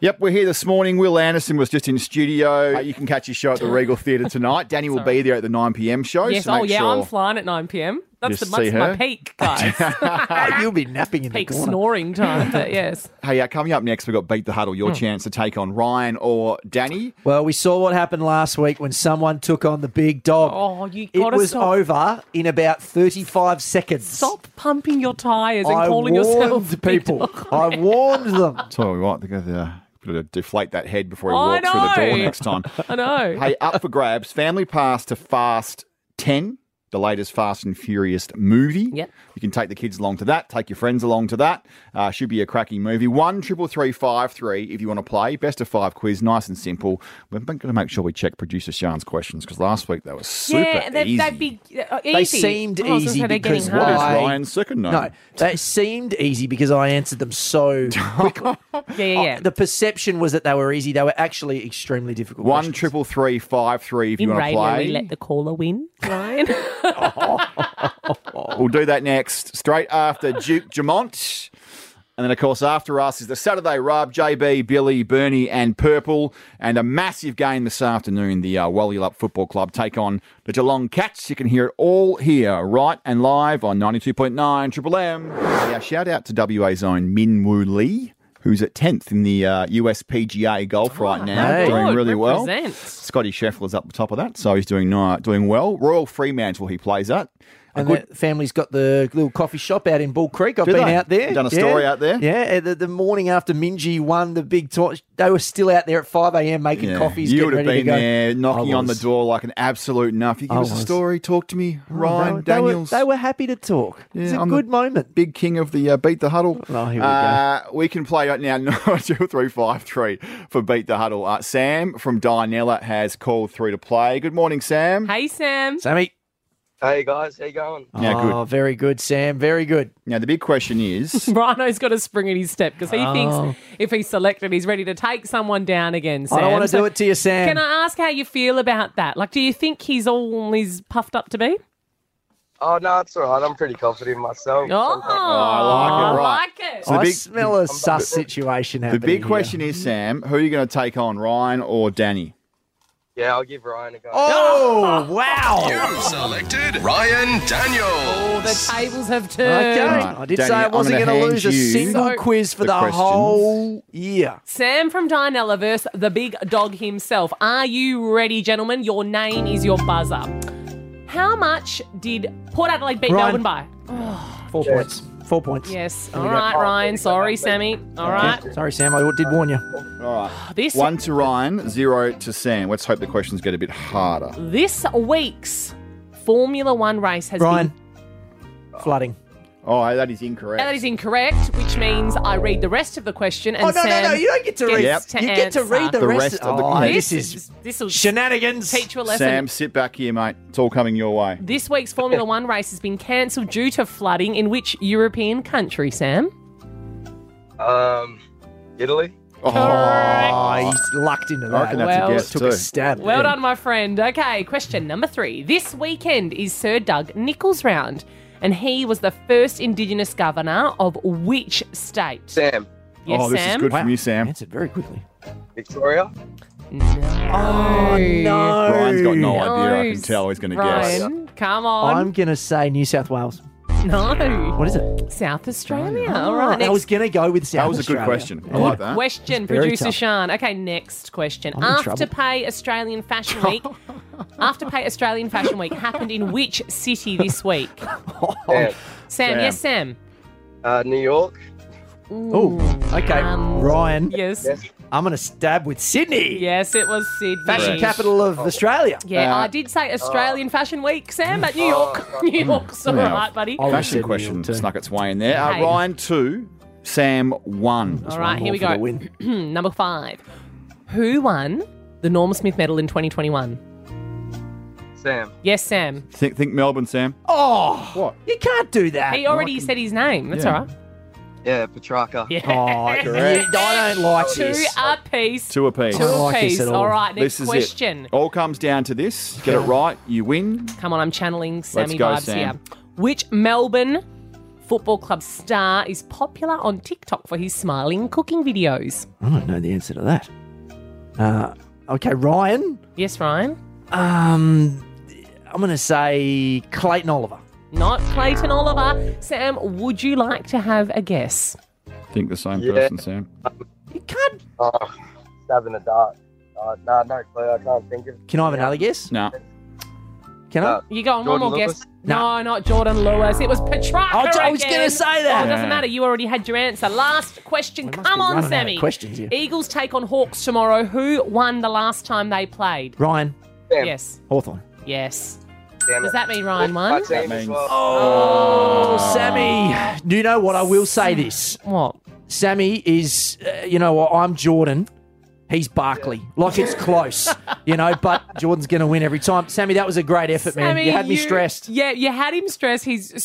Speaker 4: Yep, we're here this morning. Will Anderson was just in studio. Uh, you can catch his show at the Regal Theatre tonight. Danny will be there at the nine PM show.
Speaker 5: yes,
Speaker 4: so
Speaker 5: oh
Speaker 4: make
Speaker 5: yeah,
Speaker 4: sure.
Speaker 5: I'm flying at 9 p.m. That's
Speaker 4: Just
Speaker 5: the month's
Speaker 4: see
Speaker 5: my
Speaker 4: her.
Speaker 5: peak, guys.
Speaker 6: You'll be napping in
Speaker 5: peak
Speaker 4: the corner.
Speaker 5: snoring time, but yes.
Speaker 4: Hey, uh, coming up next, we've got Beat the Huddle, your
Speaker 5: Hmm.
Speaker 4: chance to take on Ryan or Danny.
Speaker 6: Well, we saw what happened last week when someone took on the big dog.
Speaker 5: Oh, you
Speaker 6: it
Speaker 5: gotta
Speaker 6: was
Speaker 5: stop.
Speaker 6: over in about 35 seconds.
Speaker 5: Stop pumping your tires and
Speaker 6: I
Speaker 5: calling
Speaker 6: warned
Speaker 5: yourself
Speaker 6: people. I warned them.
Speaker 4: That's all we want. They got to, uh, got to deflate that head before he
Speaker 5: I
Speaker 4: walks through the door
Speaker 5: know.
Speaker 4: next time.
Speaker 5: I know.
Speaker 4: hey, up for grabs. Family pass to Fast 10, the latest Fast and Furious movie. Yep. You can take the kids along to that, take your friends along to that. Uh, should be a cracking movie. One triple three five three if you want to play. Best of five quiz, nice and simple. We're going to make sure we check producer Sean's questions because last week they were super
Speaker 5: yeah, they
Speaker 4: easy.
Speaker 5: they'd be uh, easy.
Speaker 6: They seemed
Speaker 5: Oh, I was gonna
Speaker 6: easy
Speaker 5: say they're getting
Speaker 6: because
Speaker 5: hard.
Speaker 4: What is
Speaker 6: I-
Speaker 4: Ryan's second name?
Speaker 6: No, they seemed easy because I answered them so quickly.
Speaker 5: Yeah, yeah, yeah.
Speaker 6: the perception was that they were easy. They were actually extremely difficult.
Speaker 4: One triple three five three if you
Speaker 5: In
Speaker 4: want to
Speaker 5: radio,
Speaker 4: play.
Speaker 5: we let the caller win, Ryan.
Speaker 4: We'll do that next, straight after Duke Jamont. And then, of course, after us is the Saturday Rub, JB, Billy, Bernie, and Purple. And a massive game this afternoon. The uh, Wallyulup Football Club take on the Geelong Cats. You can hear it all here, right and live on 92.9 Triple M. Yeah, shout out to WA Zone Min Woo Lee, who's at 10th in the uh, USPGA golf right now,
Speaker 5: Ah, Hey.
Speaker 4: doing
Speaker 5: Good,
Speaker 4: really well.
Speaker 5: represent.
Speaker 4: Scotty Scheffler's up the top of that, so he's doing uh, doing well. Royal Fremantle's where he plays at.
Speaker 6: And the family's got the little coffee shop out in Bull Creek. I've
Speaker 4: Do
Speaker 6: been
Speaker 4: they?
Speaker 6: out there.
Speaker 4: Done a story out there?
Speaker 6: Yeah, the, the morning after Minji won the big tour, they were still out there at 5 a.m. making
Speaker 4: Yeah.
Speaker 6: coffees.
Speaker 4: You
Speaker 6: getting
Speaker 4: would have
Speaker 6: ready
Speaker 4: been
Speaker 6: to go.
Speaker 4: there knocking
Speaker 6: I
Speaker 4: on the
Speaker 6: was.
Speaker 4: door like an absolute nuff. You give
Speaker 6: I
Speaker 4: us a
Speaker 6: was.
Speaker 4: story, talk to me,
Speaker 6: Oh,
Speaker 4: Ryan
Speaker 6: they were-
Speaker 4: Daniels.
Speaker 6: They were, happy to talk. it's a
Speaker 4: I'm
Speaker 6: good
Speaker 4: the
Speaker 6: moment.
Speaker 4: Big king of the uh, beat the huddle.
Speaker 6: Oh, here we
Speaker 4: Uh, we can play right now 92353 for Beat the Huddle. Uh, Sam from Dianella has called through to play. Good morning, Sam.
Speaker 5: Hey, Sam.
Speaker 6: go. Sammy.
Speaker 16: Hey guys, how you going?
Speaker 4: Yeah, good.
Speaker 6: Oh, very good, Sam. Very good.
Speaker 4: Now, the big question is
Speaker 5: Rhino's got a spring in his step because he
Speaker 6: Oh.
Speaker 5: thinks if he's selected, he's ready to take someone down again. Sam.
Speaker 6: I don't want to
Speaker 5: So
Speaker 6: do it to you, Sam.
Speaker 5: Can I ask how you feel about that? Like, do you think he's all he's puffed up to be?
Speaker 16: Oh no, it's all right. I'm pretty confident in myself.
Speaker 5: Oh,
Speaker 4: I like it, right.
Speaker 5: I like it.
Speaker 4: So the
Speaker 6: I
Speaker 4: big-
Speaker 6: smell a sus situation
Speaker 4: the
Speaker 6: happening.
Speaker 4: big
Speaker 6: here.
Speaker 4: question is, Sam, who are you going to take on, Ryan or Danny?
Speaker 16: Yeah, I'll give Ryan a go.
Speaker 6: Oh, wow.
Speaker 13: You've selected
Speaker 5: Oh,
Speaker 13: Ryan
Speaker 5: the
Speaker 13: Daniels.
Speaker 5: tables have
Speaker 6: Okay.
Speaker 5: turned.
Speaker 6: I did say I wasn't
Speaker 4: gonna
Speaker 6: going to
Speaker 4: hand
Speaker 6: lose a
Speaker 4: you
Speaker 6: single
Speaker 5: the
Speaker 6: quiz for the,
Speaker 4: questions.
Speaker 6: whole year.
Speaker 5: Sam from Dinella versus the big dog himself. Are you ready, gentlemen? Your name is your buzzer. How much did Port Adelaide beat
Speaker 6: Ryan.
Speaker 5: Melbourne by?
Speaker 6: Four points. Four points.
Speaker 5: Yes.
Speaker 6: Here
Speaker 5: All
Speaker 6: we go.
Speaker 5: right, Ryan. Sorry, Sammy. All right.
Speaker 6: Sorry, Sam. I did warn you.
Speaker 4: All right.
Speaker 5: This-
Speaker 4: One to Ryan, zero to Sam. Let's hope the questions get a bit harder.
Speaker 5: This week's Formula One race has
Speaker 4: Ryan.
Speaker 5: been.
Speaker 6: Flooding.
Speaker 4: Oh, that is incorrect.
Speaker 5: That is incorrect, which means I read the rest of the question and
Speaker 6: Oh, no, no,
Speaker 5: Sam
Speaker 6: no, you don't get to read-
Speaker 5: gets
Speaker 6: you get to
Speaker 5: answer.
Speaker 6: read the The rest rest of- of the- Oh,
Speaker 5: this,
Speaker 6: this
Speaker 5: is this is
Speaker 6: shenanigans.
Speaker 5: Teach you a lesson.
Speaker 4: Sam, sit back here, mate. It's all coming your way.
Speaker 5: This week's Formula One race has been cancelled due to flooding in which European country, Sam?
Speaker 16: Um, Italy.
Speaker 6: Oh, he's lucked into that.
Speaker 4: I reckon that's a
Speaker 5: Well-
Speaker 4: guess
Speaker 6: Took
Speaker 4: too.
Speaker 6: a stab.
Speaker 5: Well
Speaker 6: there.
Speaker 5: done, my friend. Okay, question number three. This weekend is Sir Doug Nichols' round, and he was the first Indigenous governor of which state?
Speaker 16: Sam.
Speaker 5: Yes,
Speaker 4: oh, this
Speaker 5: Sam.
Speaker 4: is good from you, Sam.
Speaker 6: Answered very quickly.
Speaker 16: Victoria.
Speaker 5: Oh, no.
Speaker 4: Ryan's got no idea. I
Speaker 5: No,
Speaker 4: can tell he's going to guess.
Speaker 5: Ryan, come on.
Speaker 6: I'm going to say New South Wales.
Speaker 5: No.
Speaker 6: What is it?
Speaker 5: South Australia.
Speaker 6: Oh,
Speaker 5: All right.
Speaker 6: I
Speaker 5: Next
Speaker 6: was going to go with South
Speaker 4: was a good
Speaker 6: Australia.
Speaker 4: question. I
Speaker 6: Good
Speaker 4: like that.
Speaker 5: question,
Speaker 6: It's very
Speaker 5: producer
Speaker 6: tough.
Speaker 5: Sean. Okay, next question.
Speaker 6: I'm in trouble.
Speaker 5: Afterpay Australian Fashion Week. Afterpay Australian Fashion Week happened in which city this week?
Speaker 16: Sam.
Speaker 5: Sam, yes, Sam.
Speaker 16: Uh, New York.
Speaker 6: Oh, okay.
Speaker 5: Um,
Speaker 6: Ryan.
Speaker 5: Yes.
Speaker 6: I'm going to stab with Sydney.
Speaker 5: Yes, it was Sydney.
Speaker 6: Fashion Uh, capital of Australia.
Speaker 5: Yeah, I did say Australian
Speaker 16: Oh.
Speaker 5: Fashion Week, Sam, but New York. New York's all
Speaker 4: Now,
Speaker 5: right, buddy.
Speaker 4: Fashion question snuck its way in there. Uh,
Speaker 5: Hey.
Speaker 4: Ryan two, Sam one.
Speaker 5: All right, here we go. Number five. Who won the Norm Smith Medal in 2021?
Speaker 16: Sam.
Speaker 5: Yes, Sam.
Speaker 4: Think, think Melbourne, Sam.
Speaker 6: Oh,
Speaker 4: what?
Speaker 6: You can't do that.
Speaker 5: He already said his name. That's
Speaker 4: Yeah.
Speaker 5: all right.
Speaker 16: Yeah, Petrarca.
Speaker 5: Yeah.
Speaker 6: Oh, correct. I don't like
Speaker 5: Two
Speaker 6: this.
Speaker 5: apiece.
Speaker 4: Two apiece.
Speaker 5: Two apiece. all right, next
Speaker 4: this is
Speaker 5: question.
Speaker 4: It. All comes down to this. Get it right, you win.
Speaker 5: Come on, I'm channeling Sammy
Speaker 4: go,
Speaker 5: vibes
Speaker 4: Sam.
Speaker 5: here. Which Melbourne football club star is popular on TikTok for his smiling cooking videos?
Speaker 6: I don't know the answer to that. Uh, okay, Ryan.
Speaker 5: Yes, Ryan.
Speaker 6: Um, I'm going to say Clayton Oliver.
Speaker 5: Not Clayton Oliver. Sam, would you like to have a guess?
Speaker 4: Think the same
Speaker 16: Yeah.
Speaker 4: person, Sam.
Speaker 5: You can't.
Speaker 16: Oh, seven a dart. Uh, no, no clue. I can't think of.
Speaker 6: Can I have another guess?
Speaker 4: No.
Speaker 6: Can I?
Speaker 5: You go on
Speaker 16: Jordan
Speaker 5: one more
Speaker 16: Lewis?
Speaker 5: guess. No. not Jordan Lewis. It was Petrarca.
Speaker 6: I was- Oh, I was
Speaker 5: again.
Speaker 6: gonna say that.
Speaker 5: Oh, it doesn't
Speaker 6: Yeah.
Speaker 5: matter. You already had your answer. Last question. Come
Speaker 6: be
Speaker 5: on,
Speaker 6: running out of
Speaker 5: Sammy.
Speaker 6: questions here.
Speaker 5: Eagles take on Hawks tomorrow. Who won the last time they played?
Speaker 6: Ryan
Speaker 5: Yes.
Speaker 6: Hawthorne.
Speaker 5: Yes.
Speaker 16: Damn
Speaker 5: Does
Speaker 16: it.
Speaker 5: that mean Ryan
Speaker 16: My
Speaker 5: won?
Speaker 16: team as well.
Speaker 6: Oh, Sammy. Do you know what? I will say this.
Speaker 5: What?
Speaker 6: Sammy is, uh, you know what? I'm Jordan. He's Barkley. Like it's close, you know, but Jordan's going to win every time. Sammy, that was a great effort, man. You had me stressed.
Speaker 5: Yeah, you had him stressed. He's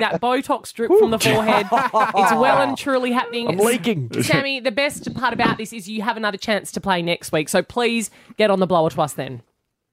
Speaker 5: that Botox drip from the forehead. it's well and truly happening.
Speaker 6: I'm leaking.
Speaker 5: Sammy, the best part about this is you have another chance to play next week. So please get on the blower to us then.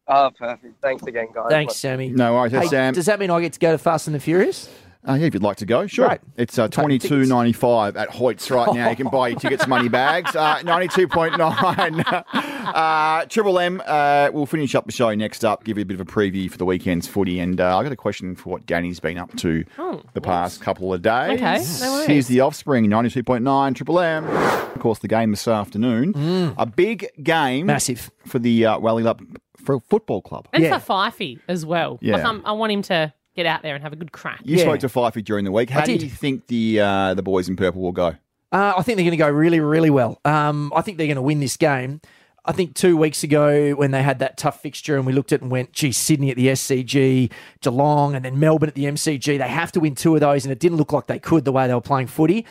Speaker 16: Oh, perfect. Thanks again, guys.
Speaker 6: Thanks, Sammy.
Speaker 4: No worries, that's
Speaker 6: Hey,
Speaker 4: Sam.
Speaker 6: Does that mean I get to go to Fast and the Furious?
Speaker 4: Uh, yeah, if you'd like to go, sure.
Speaker 6: Great.
Speaker 4: It's uh, twenty two ninety five at Hoyts right now. You can buy your tickets, money bags. Uh, ninety two point nine. Uh, Triple M. Uh, we'll finish up the show next up. Give you a bit of a preview for the weekend's footy, and uh, I got a question for what Danny's been up to
Speaker 5: Oh,
Speaker 4: the past couple of days.
Speaker 5: Okay, no worries.
Speaker 4: Here's the offspring. Ninety two point nine. Triple M. Of course, the game this afternoon.
Speaker 5: Mm.
Speaker 4: A big game.
Speaker 6: Massive.
Speaker 4: for the uh, Welly Lab Football Club.
Speaker 5: And for Fifey as well.
Speaker 4: Yeah.
Speaker 5: Like, I'm- i want him to Get out there and have a good crack.
Speaker 4: You spoke to Fifey during the week. How do you think the uh, the boys in purple will go?
Speaker 6: Uh, I think they're going to go really, really well. Um, I think they're going to win this game. I think two weeks ago when they had that tough fixture and we looked at it and went, gee, Sydney at the SCG, Geelong, and then Melbourne at the MCG, they have to win two of those, and it didn't look like they could the way they were playing footy.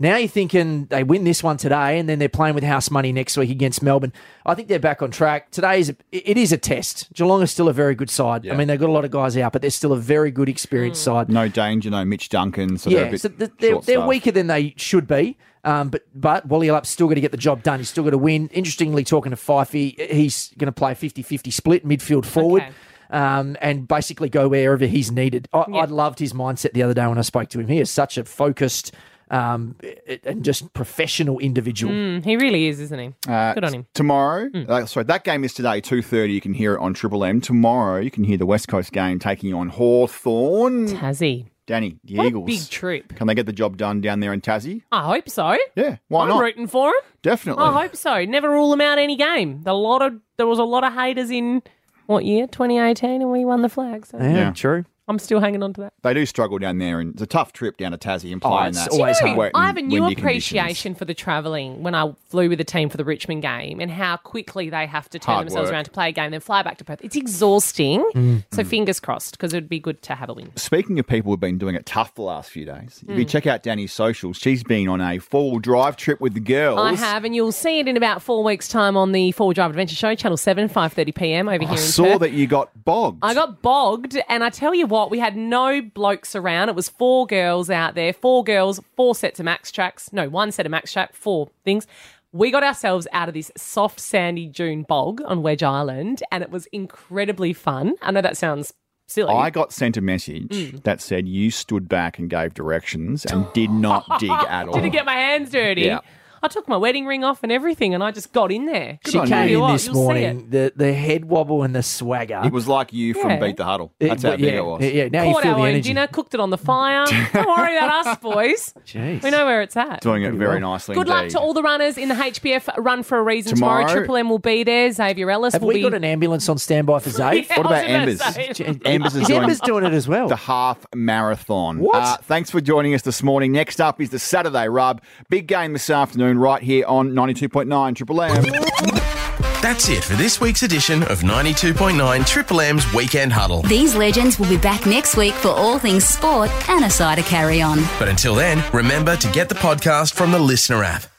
Speaker 6: Now you're thinking they win this one today, and then they're playing with house money next week against Melbourne. I think they're back on track. Today is a, it is a test. Geelong is still a very good side. I mean, they've got a lot of guys out, but they're still a very good, experienced side
Speaker 4: No danger, no Mitch Duncan. So they're a
Speaker 6: yeah,
Speaker 4: bit
Speaker 6: so th- they're, they're
Speaker 4: short-staffed.
Speaker 6: weaker than they should be. Um, but but Wally Up's still going to get the job done. He's still going to win. Interestingly, talking to Fifey, he's going to play 50-50 split midfield forward. Um, and basically go wherever he's needed. I, I loved his mindset the other day when I spoke to him. He is such a focused um, and just professional individual.
Speaker 5: Mm, he really is, isn't he?
Speaker 4: Uh,
Speaker 5: Good on him.
Speaker 4: Tomorrow,
Speaker 5: Hmm.
Speaker 4: uh, sorry, that game is today, 2.30. You can hear it on Triple M. Tomorrow, you can hear the West Coast game taking on Hawthorn.
Speaker 5: Tassie.
Speaker 4: Danny, the
Speaker 5: What a
Speaker 4: Eagles.
Speaker 5: big troop.
Speaker 4: Can they get the job done down there in Tassie?
Speaker 5: I hope so.
Speaker 4: Yeah, why
Speaker 5: I'm
Speaker 4: not?
Speaker 5: rooting for him.
Speaker 4: Definitely.
Speaker 5: I hope so. Never rule them out any game. The lot of there was a lot of haters in what year? 2018, and we won the flag. So
Speaker 6: true.
Speaker 5: I'm still hanging on to that.
Speaker 4: They do struggle down there, and it's a tough trip down to Tassie
Speaker 5: Oh,
Speaker 4: and playing
Speaker 6: it's
Speaker 4: that.
Speaker 6: always
Speaker 5: Do you know,
Speaker 4: wet and
Speaker 5: I have a new
Speaker 4: windy conditions.
Speaker 5: appreciation for the travelling when I flew with the team for the Richmond game and how quickly they have to turn
Speaker 4: Hard
Speaker 5: themselves
Speaker 4: work.
Speaker 5: around to play a game, then fly back to Perth. It's exhausting.
Speaker 4: Mm.
Speaker 5: So fingers crossed because it would be good to have a win.
Speaker 4: Speaking of people who've been doing it tough the last few days, if you
Speaker 5: Mm.
Speaker 4: check out Danny's socials, she's been on a four-wheel drive trip with the girls.
Speaker 5: I have, and you'll see it in about four weeks' time on the Four Wheel Drive Adventure Show, Channel Seven, five thirty PM over
Speaker 4: I
Speaker 5: here. in
Speaker 4: saw
Speaker 5: Perth.
Speaker 4: that you got bogged.
Speaker 5: I got bogged, and I tell you what, we had no blokes around. It was four girls out there, four girls, four sets of max tracks. No, one set of max track, four things. We got ourselves out of this soft, sandy dune bog on Wedge Island, and it was incredibly fun. I know that sounds silly.
Speaker 4: I got sent a message
Speaker 5: Mm.
Speaker 4: that said you stood back and gave directions and did not dig at all.
Speaker 5: Didn't get my hands dirty.
Speaker 4: Yeah.
Speaker 5: I took my wedding ring off and everything, and I just got in there.
Speaker 6: She
Speaker 5: Tell
Speaker 6: came
Speaker 5: you
Speaker 6: in
Speaker 5: what,
Speaker 6: this
Speaker 5: you'll see it.
Speaker 6: morning, the, the head wobble and the swagger.
Speaker 4: It was like you from
Speaker 5: Yeah.
Speaker 4: Beat the Huddle.
Speaker 6: It-
Speaker 4: That's how big
Speaker 6: yeah,
Speaker 4: it was.
Speaker 6: yeah, now you
Speaker 5: Caught
Speaker 6: feel
Speaker 5: our
Speaker 6: the
Speaker 5: own
Speaker 6: energy.
Speaker 5: dinner, cooked it on the fire. Don't worry about us, boys.
Speaker 6: Jeez.
Speaker 5: We know where it's at.
Speaker 4: Doing it very nicely.
Speaker 5: Good luck
Speaker 4: indeed.
Speaker 5: to all the runners in the HPF Run for a Reason tomorrow.
Speaker 4: Tomorrow-
Speaker 5: Triple M will be there. Xavier Ellis
Speaker 6: Have
Speaker 5: will
Speaker 6: we
Speaker 5: be.
Speaker 6: got an ambulance on standby for Zay?
Speaker 5: Yeah,
Speaker 4: What
Speaker 5: I was
Speaker 4: about
Speaker 5: gonna
Speaker 4: Embers?
Speaker 5: say.
Speaker 4: Embers is,
Speaker 6: Is
Speaker 4: doing,
Speaker 6: Embers doing it as well.
Speaker 4: The half marathon. Uh,
Speaker 6: What?
Speaker 4: thanks for joining us this morning. Next up is the Saturday Rub. Big game this afternoon, right here on 92.9 Triple M.
Speaker 1: That's it for this week's edition of 92.9 Triple M's Weekend Huddle.
Speaker 3: These legends will be back next week for all things sport and a side to carry on.
Speaker 1: But until then, remember to get the podcast from the listener app.